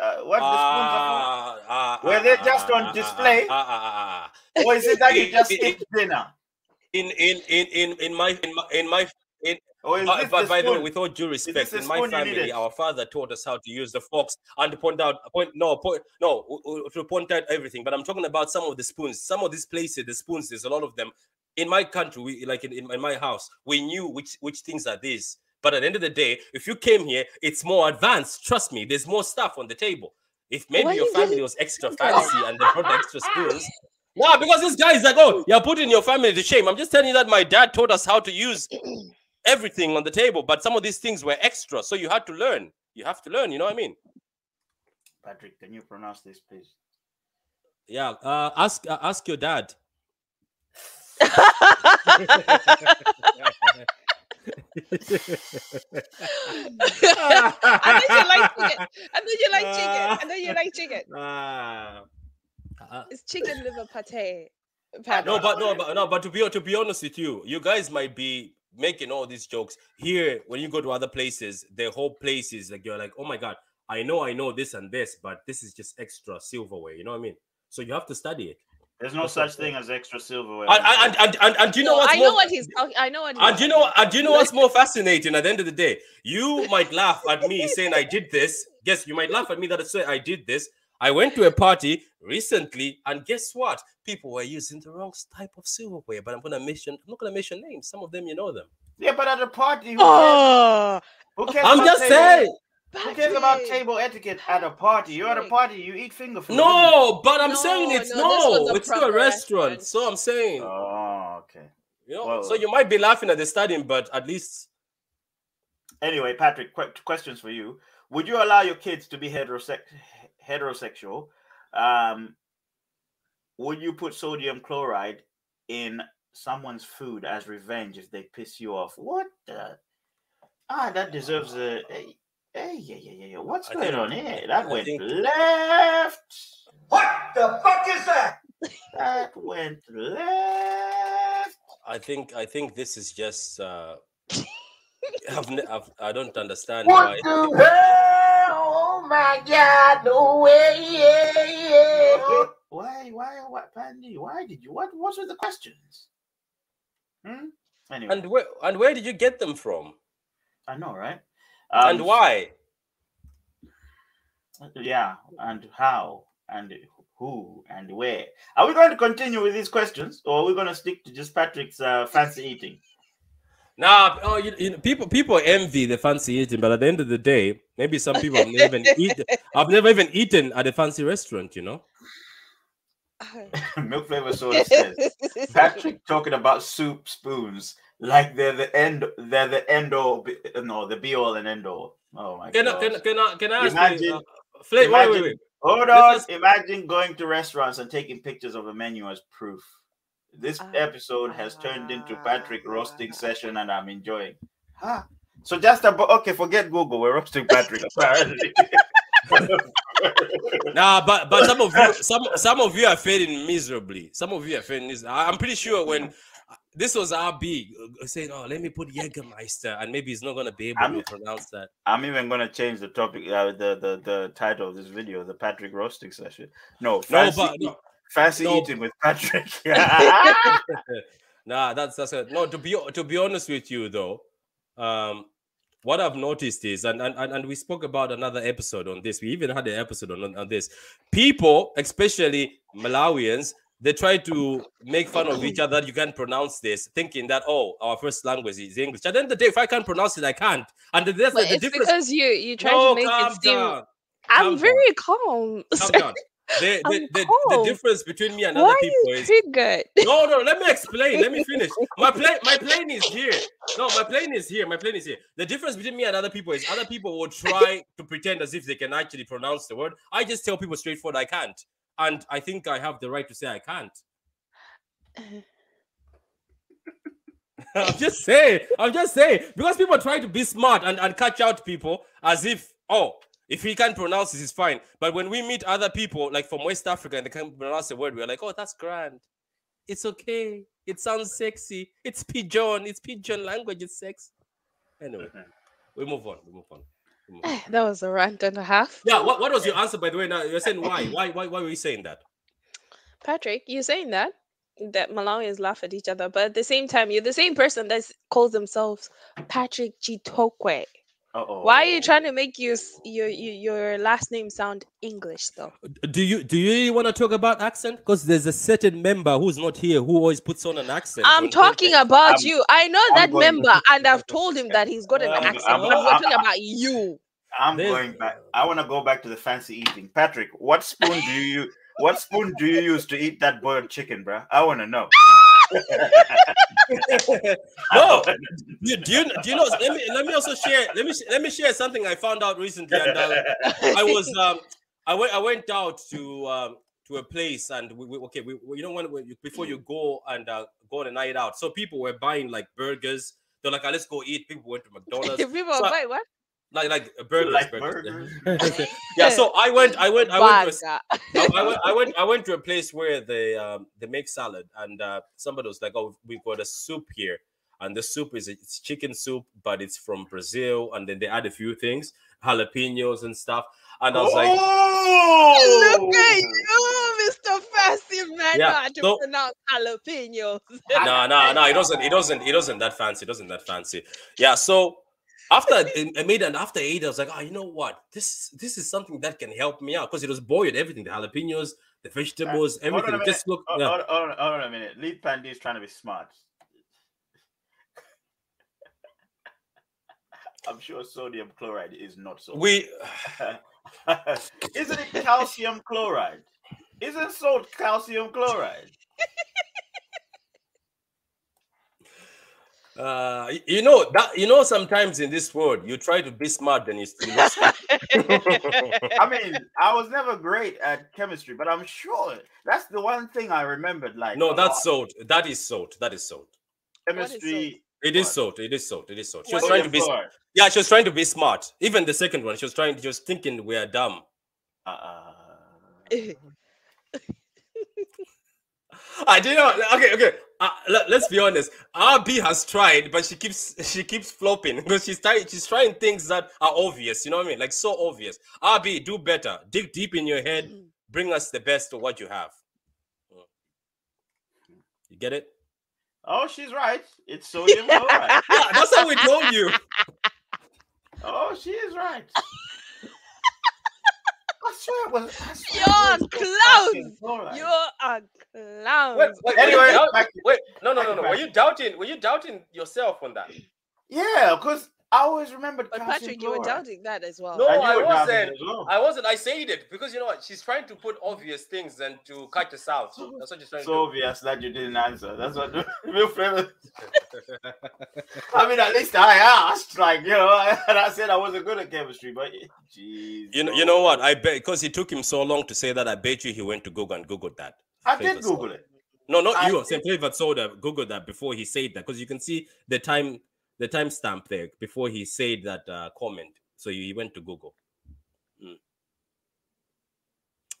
uh, what the spoons Ah, ah, Were they ah, just on ah, ah, display? ah, ah, ah, ah. are for. Or is it that you <laughs> just ate dinner? In in in in in my in my in my. Or is Uh, this but the by the way, spoon? with all due respect, the in my spoon you family, needed? our father taught us how to use the forks and to point out point no point no w- w- to point out everything. But I'm talking about some of the spoons. Some of these places, the spoons, there's a lot of them. In my country, we like in, in, in my house, we knew which which things are these. But at the end of the day, if you came here, it's more advanced. Trust me, there's more stuff on the table. If maybe Why your you family didn't was extra think of fancy and they brought the extra spoons, no, Ah. because this guy is like, oh, you're putting your family to shame. I'm just telling you that my dad taught us how to <clears throat> use everything on the table, but some of these things were extra, so you had to learn. You have to learn. You know what I mean? Patrick, can you pronounce this, please? Yeah. Uh, ask uh, ask your dad. <laughs> <laughs> I thought you like chicken. I thought you like chicken. I thought you like chicken. <laughs> Ah. Uh, It's chicken liver pate. Patrick. no, but no, but no, but to be to be honest with you, you guys might be making all these jokes here. When you go to other places, the whole place is like you're like, oh my god, I know, I know this and this, but this is just extra silverware. You know what I mean? So you have to study it. There's no such thing as extra silverware. And, and, and, and, and do you know No, what's I more, know what he's talking. I know what. He's and do you know and do you know what's more fascinating at the end of the day? You might laugh at me saying I did this. Guess you might laugh at me that I say I did this. I went to a party recently, and guess what? People were using the wrong type of silverware, but I'm gonna mention I'm not gonna mention names. Some of them you know them. yeah, but at the party, who cares, Oh, who cares I'm about just table- saying. Who cares about Patrick. table etiquette at a party? You're at a Patrick. party, you eat finger food. No, but I'm saying No, it's no, this was no. a It's to a proper restaurant. restaurant. So I'm saying, Oh, okay. you know. well- so you might be laughing at the stadium, but at least Anyway, Patrick, qu- questions for you. Would you allow your kids to be heterosex- heterosexual? Um, would you put sodium chloride in someone's food as revenge if they piss you off? What the? Ah, that deserves a. Hey, hey, yeah, yeah, yeah, yeah. What's I going think- on here? That I went think- left. What the fuck is that? That went left. I think I think this is just. <laughs> Uh, I've, ne- I've, I don't understand What why. the hell? Oh my god, no way, yeah, Why, why, what, Pandy? Why did you? What, what were the questions? Hmm? Anyway. And where and where did you get them from? I know, right? Um, and why? Yeah, and how, and who, and where. Are we going to continue with these questions, or are we going to stick to just Patrick's uh, fancy eating? <laughs> Nah, oh, you, you know, people people envy the fancy eating, but at the end of the day, maybe some people have never even <laughs> eaten. I've never even eaten at a fancy restaurant, you know. <laughs> Milk flavor soda <laughs> says Patrick talking about soup spoons like they're the end, they're the end all, be- no, the be all and end all. Oh my Can I god! can, I- can I can I ask you? Imagine- Uh, Fla- wait, wait, imagine- wait. Hold this on! is- Imagine going to restaurants and taking pictures of a menu as proof. This Ah. episode has turned into Patrick ah. roasting session, and I'm enjoying. Huh. So just about okay, forget Google. We're roasting <laughs> Patrick. <laughs> apparently. Nah, but but some of you some some of you are failing miserably. Some of you are failing. Mis- I- I'm pretty sure when this was RB uh, saying, "Oh, let me put Jägermeister," and maybe he's not gonna be able I'm- to pronounce that. I'm even gonna change the topic, uh, the, the the title of this video, the Patrick roasting session. No, No, fancy, but no, fancy no. eating with <laughs> Patrick. <laughs> Nah, that's that's it. no. To be to be honest with you, though, um, what I've noticed is, and and and and we spoke about another episode on this. We even had an episode on, on this. People, especially Malawians, they try to make fun of each other. You can't pronounce this, thinking that oh, our first language is English. At the end of the day, if I can't pronounce it, I can't. And that's But the it's difference. because you you try No, to make calm it seem. down, calm I'm down. very calm. <laughs> calm sir. down. The, I'm the, <laughs> the, the cold. difference between me and Why other are people you is triggered? no, no, let me explain. Let me finish. My plane, my plane is here. No, my plane is here. My plane is here. The difference between me and other people is other people will try to pretend as if they can actually pronounce the word. I just tell people straightforward I can't. And I think I have the right to say I can't. I'm just saying. I'm just saying. Because people try to be smart and, and catch out people as if, oh, if he can't pronounce it, it's fine. But when we meet other people, like from West Africa, and they can't pronounce the word, we're like, oh, that's grand. It's okay. It sounds sexy. It's pigeon. It's pigeon language. It's sex. Anyway, we move on. We move on. We move on. Eh, <laughs> that was a rant and a half. Yeah, what, what was your answer, by the way? Now you're saying why? Why why why were you saying that? Patrick, you're saying that that Malawians laugh at each other, but at the same time, you're the same person that calls themselves Patrick Chitokwe. Uh-oh. Why Oh. are you trying to make your s- your your, your last name sound English though? Do you do you really want to talk about accent? Because there's a certain member who's not here who always puts on an accent. I'm when- talking about I'm- you. I know I'm that going- member, and I've told him that he's got an I'm- accent. I'm- but we're I'm- talking about you. I'm There's- going back. I want to go back to the fancy eating. Patrick, what spoon do you use? What spoon do you use to eat that boiled chicken, bruh? I want to know. no. <laughs> Do, do you do you know? Let me let me also share. Let me sh- let me share something I found out recently. And uh, <laughs> <laughs> I was um I went I went out to um to a place and we, we okay we, we- you know when when you, before you go and uh, go on a night out, so people were buying like burgers. They're like, "Ah, let's go eat. People went to <laughs> McDonald's, People are So- like, what? like like uh, burgers, like burgers. burgers. <laughs> yeah, so I went, I went, I went to a Baga. <laughs> I, I went, I went. I went to a place where they um, they make salad, and uh, somebody was like, "Oh, we've got a soup here, and the soup is it's chicken soup, but it's from Brazil." And then they add a few things, jalapenos and stuff. And I was like, Oh! Look at you, Mr. Fancy Man. Yeah, know how to so- pronounce jalapenos. no, no, no. It doesn't. It doesn't. It doesn't that fancy. It doesn't that fancy. Yeah. So after I- I made an after eight, I was like, oh, you know what? This this is something that can help me out because it was boiled everything, the jalapenos, the vegetables, on a everything. minute. Just look. Hold, yeah. hold, hold, hold on a minute. Lee Pandy is trying to be smart. <laughs> I'm sure sodium chloride is not salt. We <laughs> Isn't it calcium chloride? Isn't salt calcium chloride? uh y- you know that you know sometimes in this world you try to be smart then you you not smart. <laughs> I mean, I was never great at chemistry, but I'm sure that's the one thing <laughs> I remembered. Like, no oh, that's salt that is salt that is salt is chemistry. it is What? salt it is salt it is salt she What was is trying to sodium be chloride. yeah she was trying to be smart even the second one she was trying she was thinking we are dumb Uh, I do not. Okay, okay. Uh, let, us be honest. RB has tried, but she keeps she keeps flopping <laughs> because she's trying she's trying things that are obvious. You know what I mean? Like so obvious. RB, do better. Dig deep in your head. <laughs> Bring us the best of what you have. You get it? oh, she's right. It's <laughs> sodium chloride. Yeah, that's how we told you. Oh, she is right. I swear it was. I swear You're it was clown. calcium chloride. You're a clown. Wait, wait, were you Anyway, doubt- back to- wait, no, no, back no, to no. Were Patrick. you doubting? Were you doubting yourself on that? Yeah, because I always remembered. But calcium Patrick, you were chloride. doubting that as well. No, <laughs> And you I were doubting wasn't. as well. I wasn't. I said it because you know what? She's trying to put obvious things and to cut us out. That's what she's trying It's to do. obvious that you didn't answer. That's what <laughs> real flavor. I mean, at least I asked. Like you know, <laughs> and I said I wasn't good at chemistry, but jeez. You know, bro. you know what? I bet because it took him so long to say that. I bet you he went to Google and googled that. I did Flavored soda. Google it. No, not I you. St. Flavored Soda googled that before he said that because you can see the time the timestamp there before he said that uh, comment. So he went to Google. Mm.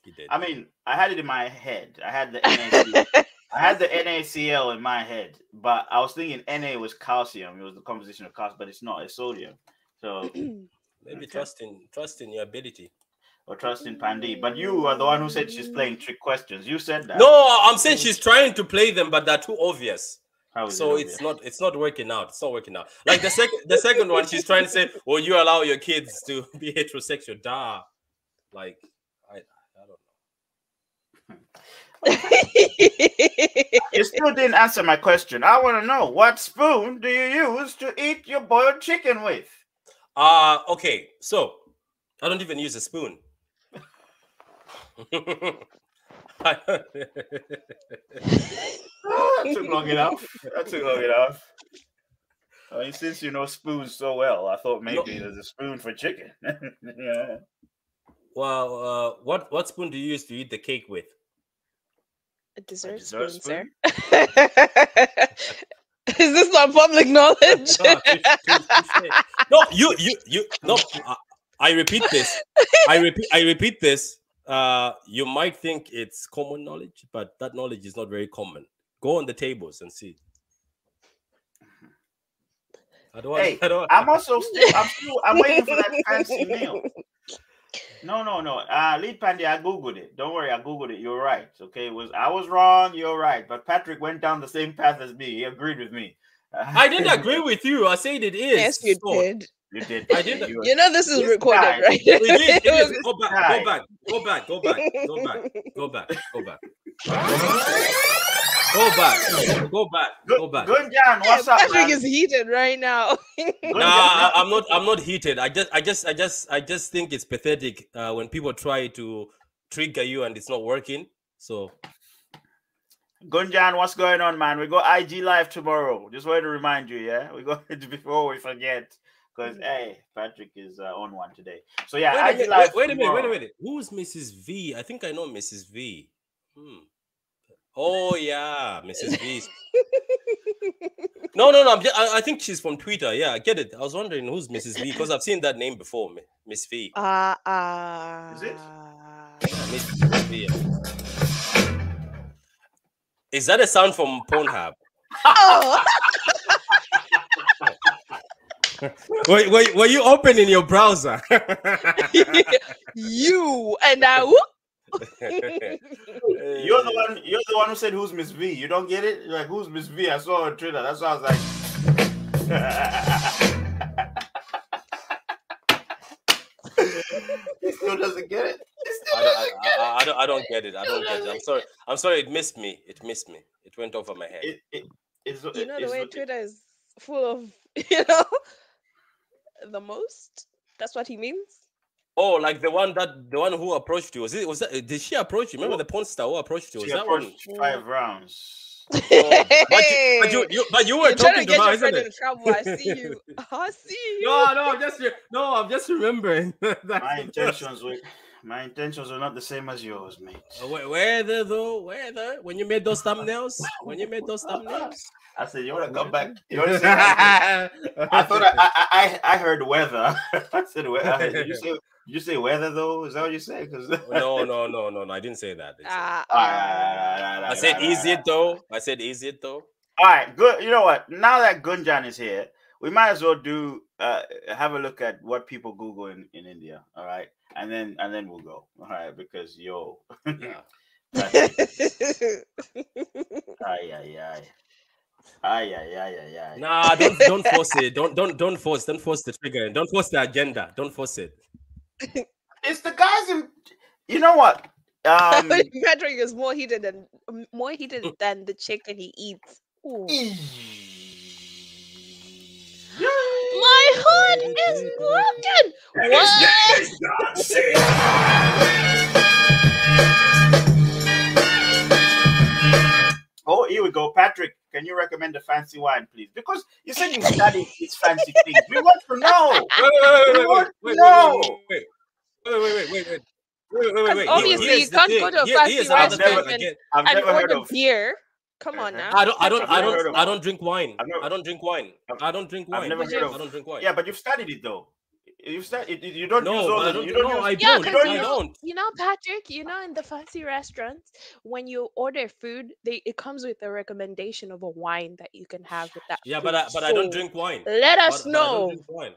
He did. I mean, I had it in my head. I had the NAC. I had the NaCl in my head, but I was thinking Na was calcium. It was the composition of calcium, but it's not. It's sodium. <clears throat> So, Maybe okay. trust in trust in your ability. or trust in Pandi. But you are the one who said she's playing trick questions. You said that. No, I'm saying she's trying to play them, but they're too obvious. How is it so obvious? it's not it's not working out it's not working out like the second the second one she's trying to say <laughs> well you allow your kids to <laughs> be heterosexual da like i i don't know You still didn't answer my question. I want to know what spoon do you use to eat your boiled chicken <laughs> with? uh okay so i don't even use a spoon <laughs> I don't- <laughs> Ah, that took long enough. That took long enough. I mean, since you know spoons so well, I thought maybe No. there's a spoon for chicken. <laughs> yeah. well uh what what spoon do you use to eat the cake with A dessert, dessert spoon, sir. <laughs> Is this not public knowledge? no you you you no I, I repeat <laughs> this i repeat i repeat this uh you might think it's common knowledge but that knowledge is not very common go on the tables and see I don't want, Hey, <laughs> I don't want- I'm also still I'm still I'm waiting for that fancy <laughs> meal. No, no, no. Uh lead pandy, I googled it. Don't worry, I googled it. You're right. Okay, it was I was wrong, you're right. But Patrick went down the same path as me. He agreed with me. I <laughs> didn't agree with you. I said it is. yes, you so- did. You did. I did You- You know this is This recorded, guy- right? It is, it <laughs> It is. was- Go back, go back, go back, go back, go back, go back, go back. Go back, go back, Good, go back. Gunjan, what's up? Patrick man? is heated right now. Gunjan, Nah, I, I'm not. I'm not heated. I just, I just, I just, I just think it's pathetic uh, when people try to trigger you and it's not working. So Gunjan, what's going on, man? We go IG live tomorrow. Just wanted to remind you, yeah. We go <laughs> before we forget, because Mm. hey, Patrick is uh, on one today. So yeah, wait a IG minute. live. Wait, wait a minute. Wait a tomorrow. minute. Who's Mrs. V? I think I know Mrs. V. Hmm. Oh yeah, Mrs. V. no, no, no. I'm just, I, I think she's from Twitter. Yeah, I get it. I was wondering who's Mrs. V because I've seen that name before. Mi- Miss V. Ah, ah. Is it? Miss Miss V. yeah. Is that a sound from Pornhub? <laughs> <laughs> Oh, Were, were, were you opening your browser? <laughs> <laughs> you and I. whoop. Hey, You're the one. You're the one who said who's Miss V. You don't get it. You're like who's Miss V? I saw her on Twitter. That's why I was like. <laughs> he still doesn't get it. He still I don't, doesn't I, get I, I don't, I don't get it. I don't get it. I'm sorry. I'm sorry. It missed me. It missed me. It went over my head. it. It- it- it's- You know the it's- way Twitter is full of <laughs> you know the most. That's what he means. Oh, like the one that the one who approached you was it? Was that? Did she approach you? Remember the porn star who approached you? Was she that one? approached five rounds. Oh, but, you, but you, <laughs> you, but you were You're trying to talking to get her, your isn't friend it? in trouble. I see <laughs> you. I see you. No, no, I'm just re- no, I'm just remembering. <laughs> That's My the first- intentions were, my intentions were not the same as yours, mate. Uh, where- Where the though? Where the when you made those thumbnails? When you made those thumbnails? <laughs> I said, "You want to come back? You want to say anything?" I <laughs> I thought I, I, I I heard weather. <laughs> I said weather. I heard- you say you say weather though. Is that what you say? Because Oh, <laughs> no, no, no, no, no. I didn't say that. I didn't say that. Ah, ah. I I said, "Is it though?" I said, "Is it though?" All right, good. You know what? Now that Gunjan is here, we might as well do uh have a look at what people Google in, in India. All right, and then and then we'll go. All right, because yo, <laughs> Yeah. ay ah. <laughs> ay ay, ay ay ay ay. Nah, don't don't force it. Don't don't don't force. Don't force the trigger. Don't force the agenda. Don't force it. It's the guys in. You know what? <laughs> Um, <laughs> Patrick is more heated than m- more heated Mm. than the chicken he eats. Ooh. My heart is broken. What? <laughs> Oh, here we go. Patrick, can you recommend a fancy wine, please? Because you said you studied these fancy things. We want to <laughs> know. Wait, wait, wait, wait, wait, No. wait, wait, wait, wait, wait, wait, wait. Wait, wait, wait, wait. obviously Here's you the can't go thing. to a Here- fancy here's how the restaurant thing and- again. I've And never heard order of. beer. Come on Mhm. now. Uh-huh. I don't, I don't, I've I never heard don't, of I don't drink wine. I've never- I don't drink wine. I've- I don't drink I've wine. never heard of- I don't drink wine. Yeah, but you've studied it though. You've studied. You you don't use no, all but I the. don't. You no, don't I use. Yeah, don't. you because don't I use- don't. you know, Patrick, you know, in the fancy restaurants, when you order food, they it comes with a recommendation of a wine that you can have with that. Yeah, food. but I, but I don't So, uh, drink wine. Let us But- but I don't know. drink wine.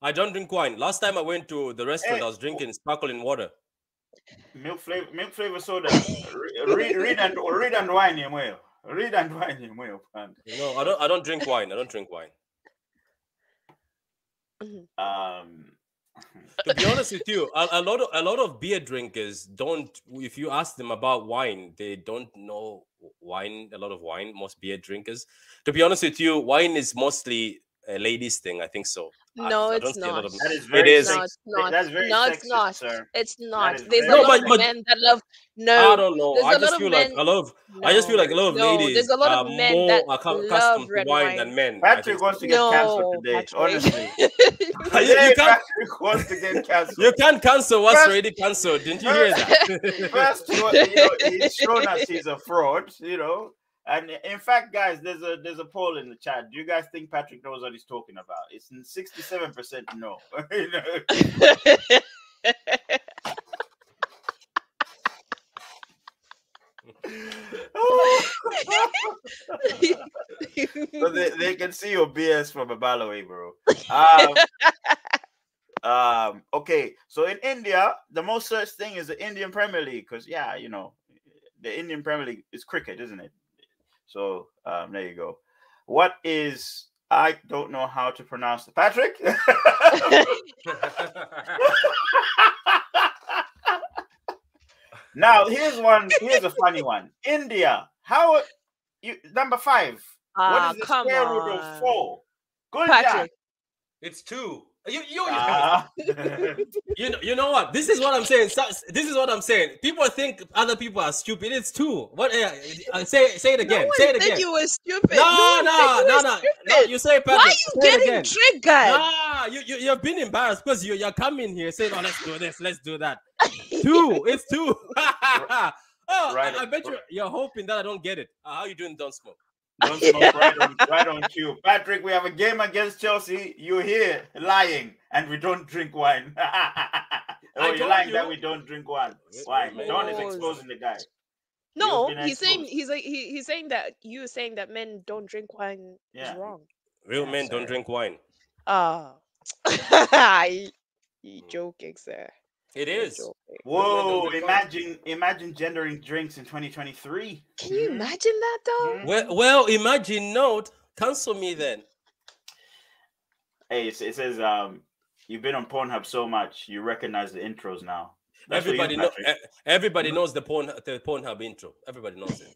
I don't drink wine. Last time I went to the restaurant, Hey. I was drinking sparkling water. Milk flavor. Milk flavor soda. Re- read, read and read and wine him well. Read and wine him well. man. No, I don't. I don't drink wine. I don't drink wine. Um. To be honest with you, a, a lot of a lot of beer drinkers don't. If you ask them about wine, they don't know wine. A lot of wine. Most beer drinkers. To be honest with you, wine is mostly a ladies' thing. I think so. I- No, I it's don't see a lot not. of- That is very. is. No, sexy. it's not. That's very no, it's sexist, not. sir. It's not. is There's very- a No, lot but- of but- men that love. I No, don't know. there's I a just lot of feel men- like a lot of. I just feel like a lot of no, ladies There's a lot are of men more that accu- love accustomed to red wine, wine. than men. I Patrick think wants so. to get canceled <laughs> No, today. Patrick. <laughs> Honestly. You- you Today, can't- Patrick wants to <laughs> get canceled. You can't cancel what's First- already cancelled. Didn't you <laughs> hear that? First, you know, he's shown us he's a fraud, you know. And in fact, guys, there's a there's a poll in the chat. Do you guys think Patrick knows what he's talking about? It's sixty seven percent no. <laughs> You know? <laughs> Oh, so they, they can see your BS from a mile away, <laughs> bro. Um, um, okay, so in India, the most searched thing is the Indian Premier League because, yeah, you know, the Indian Premier League is cricket, isn't it? So um, there you go. What is I don't know how to pronounce it, Patrick. <laughs> <laughs> now here's one. Here's a funny one. India. How you number five? Ah, what is the come square root of on. four? Good Patrick. it's two. You, you, Ah. <laughs> you, know, you know what? This is what I'm saying. So- This is what I'm saying. People think other people are stupid. It's two. What? Uh, uh, say say it again. No one say it said again. you were stupid. No, one no, said you no, were no, no. stupid. You say it, Why are Patrick. you Say it getting again. triggered? Nah, you, you you've been embarrassed because you you're coming here saying, "Oh, let's do this, let's do <laughs> that." Two, it's two. <laughs> oh, Right. I, I bet you you're hoping that I don't get it. Uh, how you doing? Don't smoke. <laughs> Don't smoke right on, right on cue. Patrick, we have a game against Chelsea. You're here lying, and we don't drink wine. <laughs> oh, you're told lying you. that we don't drink wine. Yes, Wine. we Don is know. exposing the guy. No, been he's saying exposed. he's like he, he's saying that you were saying that men don't drink wine Yeah. is wrong. Real Yeah, men don't sorry. <laughs> drink wine. Oh, you joking, sir? Hmm. It is. Whoa! those are fun. Imagine, imagine gendering drinks in 2023. Can you Mhm. imagine that though? Mhm. Well, well, imagine not cancel me then. Hey, it, it says um, you've been on Pornhub so much, you recognize the intros now. That's for you, Everybody know, Patrick. e- everybody knows the porn the Pornhub intro. Everybody knows it.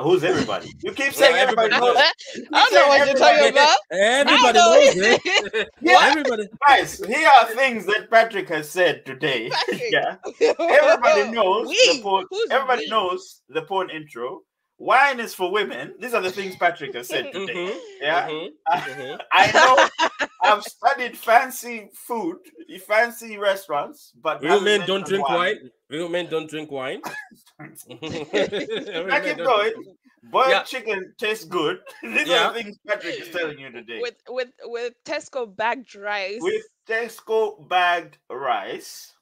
Who's everybody? You keep saying Well, everybody everybody knows. <laughs> I don't know what you're talking about. Everybody know <laughs> knows it. it. Yeah. Everybody. Guys, here are things that Patrick has said today. Patrick. <laughs> yeah, everybody knows We? the porn. Who's Everybody we? knows the porn intro. Wine is for women. These are the things Patrick has <laughs> said today. Mhm, Yeah, mhm, I- mhm. I <laughs> know. I've studied fancy food, fancy restaurants, but Real haven't men don't mentioned drink wine. Real men don't <laughs> drink wine. <laughs> I keep going. Boiled Yeah. chicken tastes good. <laughs> These Yeah. are the things Patrick is telling you today. With with with Tesco bagged rice With Tesco bagged rice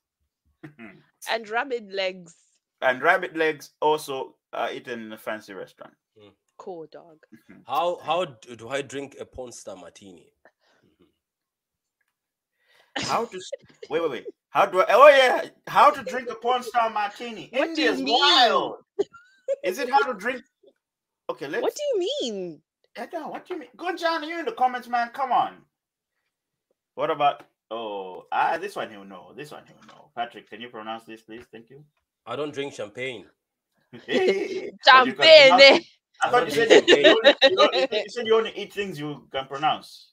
and rabbit legs. and rabbit legs, also uh, eaten in a fancy restaurant. Cool dog. How how do, do I drink a porn star martini? How to s- wait, wait, wait. How do I? Oh yeah, how to drink a porn star martini? What do you India's mean? wild. Is it how to drink? Okay, let's. What do you mean? I don't- what do you mean? Good John, you in the comments, man. Come on. What about oh ah this one he'll know. This one he'll know. Patrick, can you pronounce this please? Thank you. <laughs> I don't drink champagne. But you can pronounce Champagne. eh? it. I thought you said you, you only, you only- you said you only eat things you can pronounce.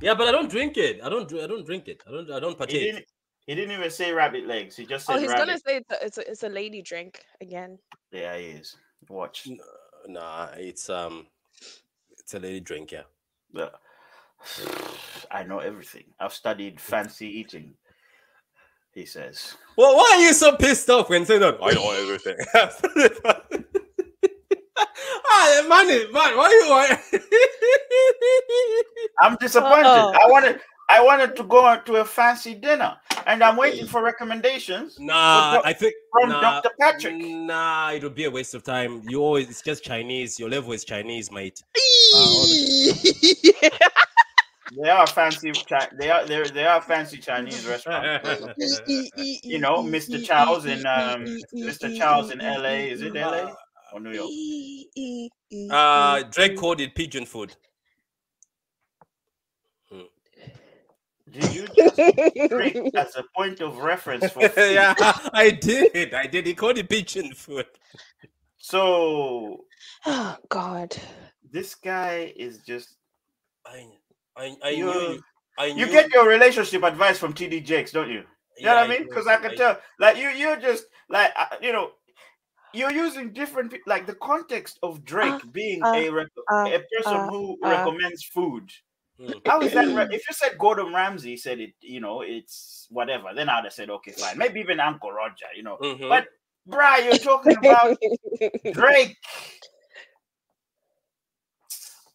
Yeah, but I don't drink it. I don't. dr- I don't drink it. I don't. I don't He partake. didn't he didn't even say rabbit legs, he just said Oh, he's rabbit. gonna say it's a, it's, a, it's a lady drink <laughs> again. There he is. Watch. N- Nah, it's um, it's a lady drink. Yeah. Uh, <sighs> I know everything. I've studied fancy eating. He says. Well, why are you so pissed off when saying that? I know everything. <laughs> ah, man, man, why you? Why? I'm disappointed. Oh. I wanted I wanted to go out to a fancy dinner and I'm waiting for recommendations <laughs> nah, Doc- I think from nah, Dr. Patrick. Nah, it'll be a waste of time. You always it's just Chinese. Your level is Chinese, <laughs> mate. Uh, They are fancy Chi- they are there they are fancy Chinese restaurants. Uh, You know, Mr. Charles in um, Mr. Charles in LA. Is it <laughs> LA? Or New York? uh, Drake called it pigeon food. Did you just drink as a point of reference for food? <laughs> <laughs> yeah, I did. I did. He called it pigeon food. So oh God. this guy is just I, I, I You- knew. You, I knew you get your relationship advice from TD Jakes, don't you? You know what I mean? knew Because it. I could tell, like you, you're just like uh, you know, you're using different, pe- like the context of Drake being uh, a rec- Uh, <laughs> a person uh, who uh. recommends food. Mm. How is that? <clears throat> re- if you said Gordon Ramsay said it, you know, it's whatever. Then I'd have said, okay, fine. Maybe even Uncle Roger, you know. Mhm. But Brian, you're talking <laughs> about Drake.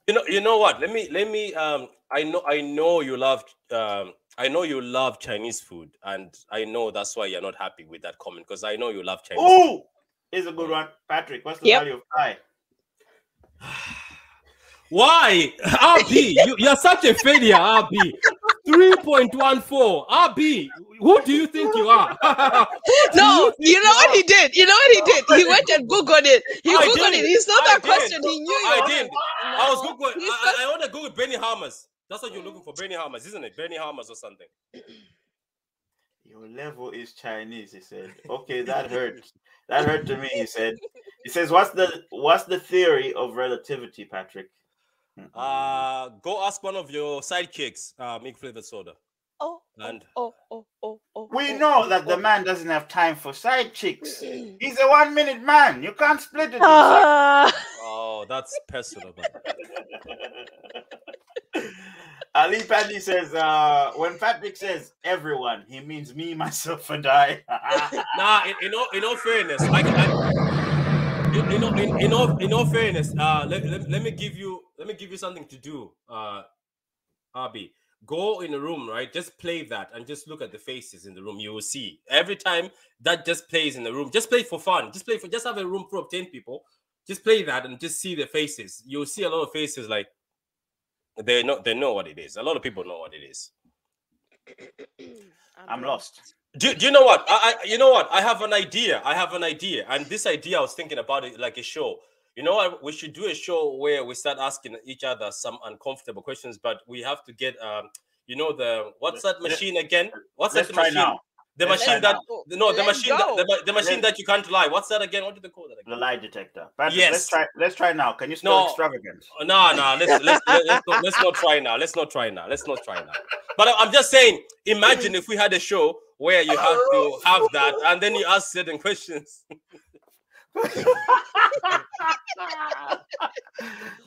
You know, you know what? Let me let me um I know I know you love um I know you love Chinese food and I know that's why you're not happy with that comment because I know you love Chinese food. Ooh, is a good one, Patrick. What's the Yep. value of pie? Why? RB, you, you're such a failure, RB. 3.14. RB, who do you think you are? <laughs> no, you know what he did? You know what he did? He went and Googled it. He I Googled did. it. He saw I that did. question. He knew it. I did. I was Googling. He's I, I, I want to Google Benny Harmers. That's what you're looking for, Benny Harmers, isn't it? Benny Harmers or something. Your level is Chinese, he said. Okay, that hurt. that hurt to me, he said. He says, What's the what's the theory of relativity, Patrick? Uh, go ask one of your sidekicks, uh, make flavored soda. Oh, And- oh, oh, oh, oh. we oh, know oh, that the oh. man doesn't have time for side <clears throat> chicks. He's a one minute man. You can't split it. in Ah. Oh, that's personal. man. seconds. <laughs> Ali Paddy says, uh, when Patrick says everyone, he means me, <laughs> myself, and I. <laughs> Nah, in, in all in all fairness, like I- in, in, all- in, in all in all fairness, uh, let, let, let me give you let me give you something to do, uh, Abi. Go in a room, right? Just play that and just look at the faces in the room. You will see every time that just plays in the room. Just play it for fun. Just play for just have a room full of ten people. Just play that and just see the faces. You'll see a lot of faces like they <clears throat> know they know what it is. A lot of people know what it is. I'm lost. Do, do you know what? I, I you know what? I have an idea. I have an idea, and this idea I was thinking about it like a show. You know what? We should do a show where we start asking each other some uncomfortable questions, but we have to get um, you know the what's that machine again? What's Let's that try machine? now. The Let's machine try that no, the Let's machine that, the, go. ma- the machine Let's- that you can't lie. What's that again? What do they call that The again? lie detector. Patrick, Yes. Let's try. Let's try now. Can you spell No. extravagance? Oh, No, no, let's let's let- let's not, let's not try now. Let's not try now. Let's not try now. But I- I'm just saying, imagine if we had a show where you have to have that, and then you ask certain questions.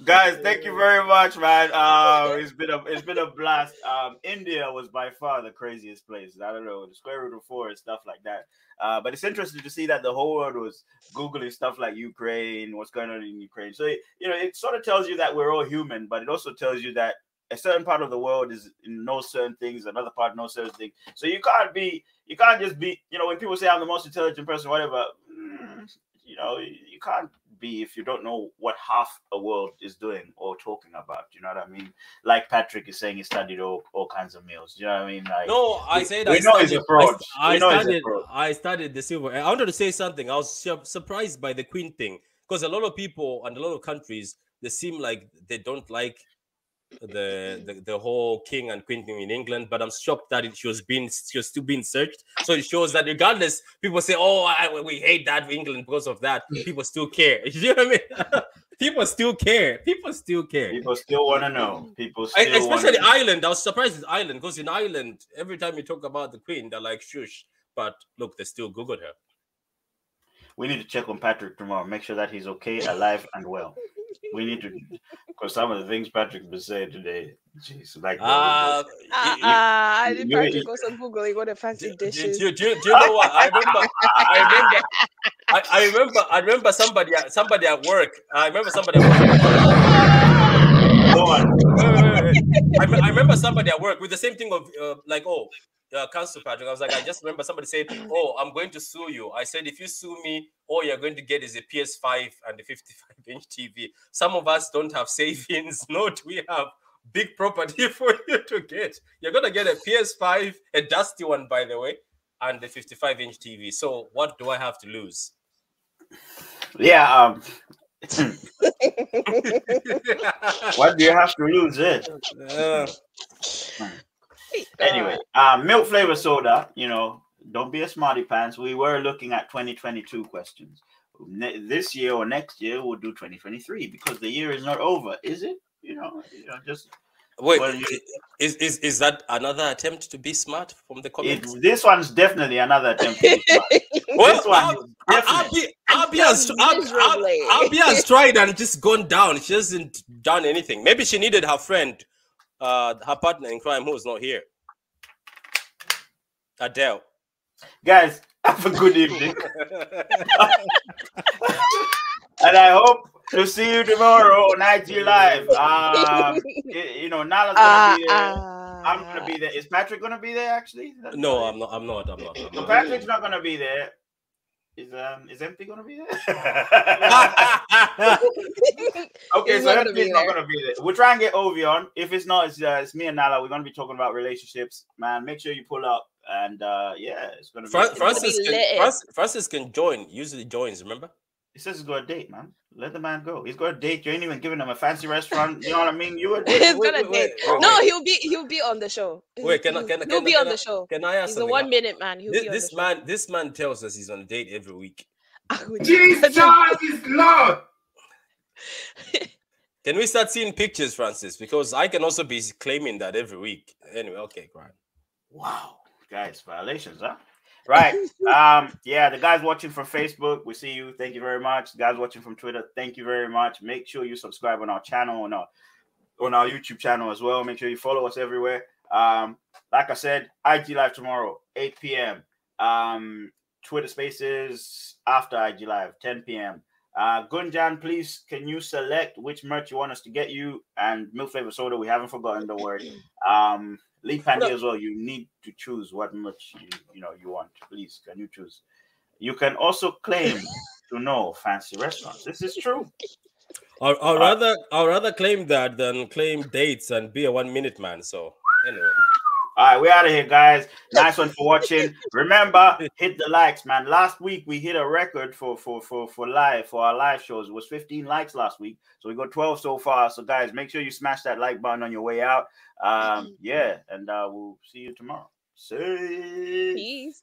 Guys, thank you very much, man. Um, it's been a it's been a blast. Um, India was by far the craziest place. I don't know the square root of four and stuff like that. Uh, but it's interesting to see that the whole world was googling stuff like Ukraine, what's going on in Ukraine. So it, you know, it sort of tells you that we're all human, but it also tells you that a certain part of the world is knows certain things, another part knows certain things. So you can't be, you can't just be, you know, when people say I'm the most intelligent person, whatever, mm, you know, you can't be if you don't know what half a world is doing or talking about. You know what I mean? Like Patrick is saying, he studied all, all kinds of meals. You know what I mean? Like, No, I We- said we I know studied, it's a fraud. I, We know it's a studied, fraud. I studied the silver. I wanted to say something. I was sur- surprised by the Queen thing because a lot of people and a lot of countries they seem like they don't like the, the the whole king and queen thing in England. But I'm shocked that it, she was being she was still being searched. So it shows that regardless, people say, "Oh, I, we hate that England because of that." People still care. <laughs> You know what I mean? people still care. People still care. people still want to know. People I- still especially wanna, Ireland. I was surprised with Ireland because in Ireland, every time you talk about the Queen, they're like shush. But look, they still googled her. We need to check on Patrick tomorrow. Make sure that he's okay, alive, and well. We need to, because some of the things Patrick's been saying today, jeez, like. Uh, Ah, y- y- ah, I did you- Patrick also googling what a fancy Ah. do, do, dish is. <laughs> do, do, do you know what? I remember. I remember. I, I remember. I remember somebody. at- Somebody at work. I remember somebody. At work. Go on. Wait, wait, wait, wait. <laughs> I, me- I remember somebody at work with the same thing of uh, like oh. Uh, Council Patrick, I was like, I just remember somebody said, "Oh, I'm going to sue you." I said, "If you sue me, all you're going to get is a PS5 and a 55-inch TV." Some of us don't have savings. <laughs> Not we have big property <laughs> for you to get. You're gonna get a PS5, a dusty one, by the way, and a 55-inch TV. So what do I have to lose? Yeah. Um. Uh, What do you have to lose? Eh? <laughs> um, Anyway, uh, milk flavor soda. You know, don't be a smarty pants. We were looking at 2022 questions. Ne- this year or next year, we'll do 2023 because the year is not over, is it? You know, you know just wait, Well, you- is, is is that another attempt to be smart from the it, comments? this one's definitely another attempt. to be smart. Well, this one Ab- is Ab- definite. Abby, Abby, so has, Ab- Ab- miserably. Abby <laughs> has tried and just gone down. She hasn't done anything. Maybe she needed her friend, uh, her partner in crime, who is not here. <laughs> Adele. guys have a good evening and i hope to see you tomorrow on ig <laughs> live um, y- you know nala's gonna Ah, be uh, there ah. i'm gonna be there is patrick gonna be there actually That's No, funny. I'm not. I'm not. I'm not. I'm no not. patrick's not gonna be there is um is empty gonna be there <laughs> Okay, <laughs> He's so not gonna Empty is be not there. gonna be there. We'll try and get Ovi on. If it's not, it's, uh, it's me and Nala. We're gonna be talking about relationships, man. Make sure you pull up, and uh, yeah, it's gonna be. <laughs> Fran- it's gonna be- Francis, lit. can, Francis, Francis can join. Usually joins. Remember? He says he's got a date, man. Let the man go. He's got a date. You ain't even giving him a fancy restaurant. You know what I mean? You a He's date. wait, gonna wait, date. Oh, wait, No, wait. he'll be he'll be on the show. Wait, can I- can I- he'll can I- be can on I- the show. Can I ask He's a something? one minute man. He'll This, be on this the <laughs> Ah, man, this man tells us he's on a date every week. show. Jesus is Lord. Can we start seeing pictures, Francis? Because I can also be claiming that every week. Anyway, okay, great. Wow, guys, violations, huh? Right. Um. Yeah. The guys watching from Facebook, we see you. Thank you very much. The guys watching from Twitter, thank you very much. Make sure you subscribe on our channel on our on our YouTube channel as well. Make sure you follow us everywhere. Um. Like I said, IG live tomorrow, 8 p.m. Um. Twitter Spaces after IG live, 10 p.m. Uh, Gunjan, please, can you select which merch you want us to get you? And milk flavor soda, we haven't forgotten. Don't worry. Um, Lee Pandy as well. You need to choose what merch you, you know you want. Please, can you choose? You can also claim to know fancy restaurants. This is true. I'll, I'll Uh, rather I'll rather claim that than claim dates and be a one minute man. So anyway, All right, we're out of here, guys. Nice one for watching. Remember, hit the likes, man. Last week we hit a record for for for for live for our live shows. It was 15 likes last week, so we got 12 so far. So guys, make sure you smash that like button on your way out. Um, yeah, and uh, we'll see you tomorrow. See. Peace.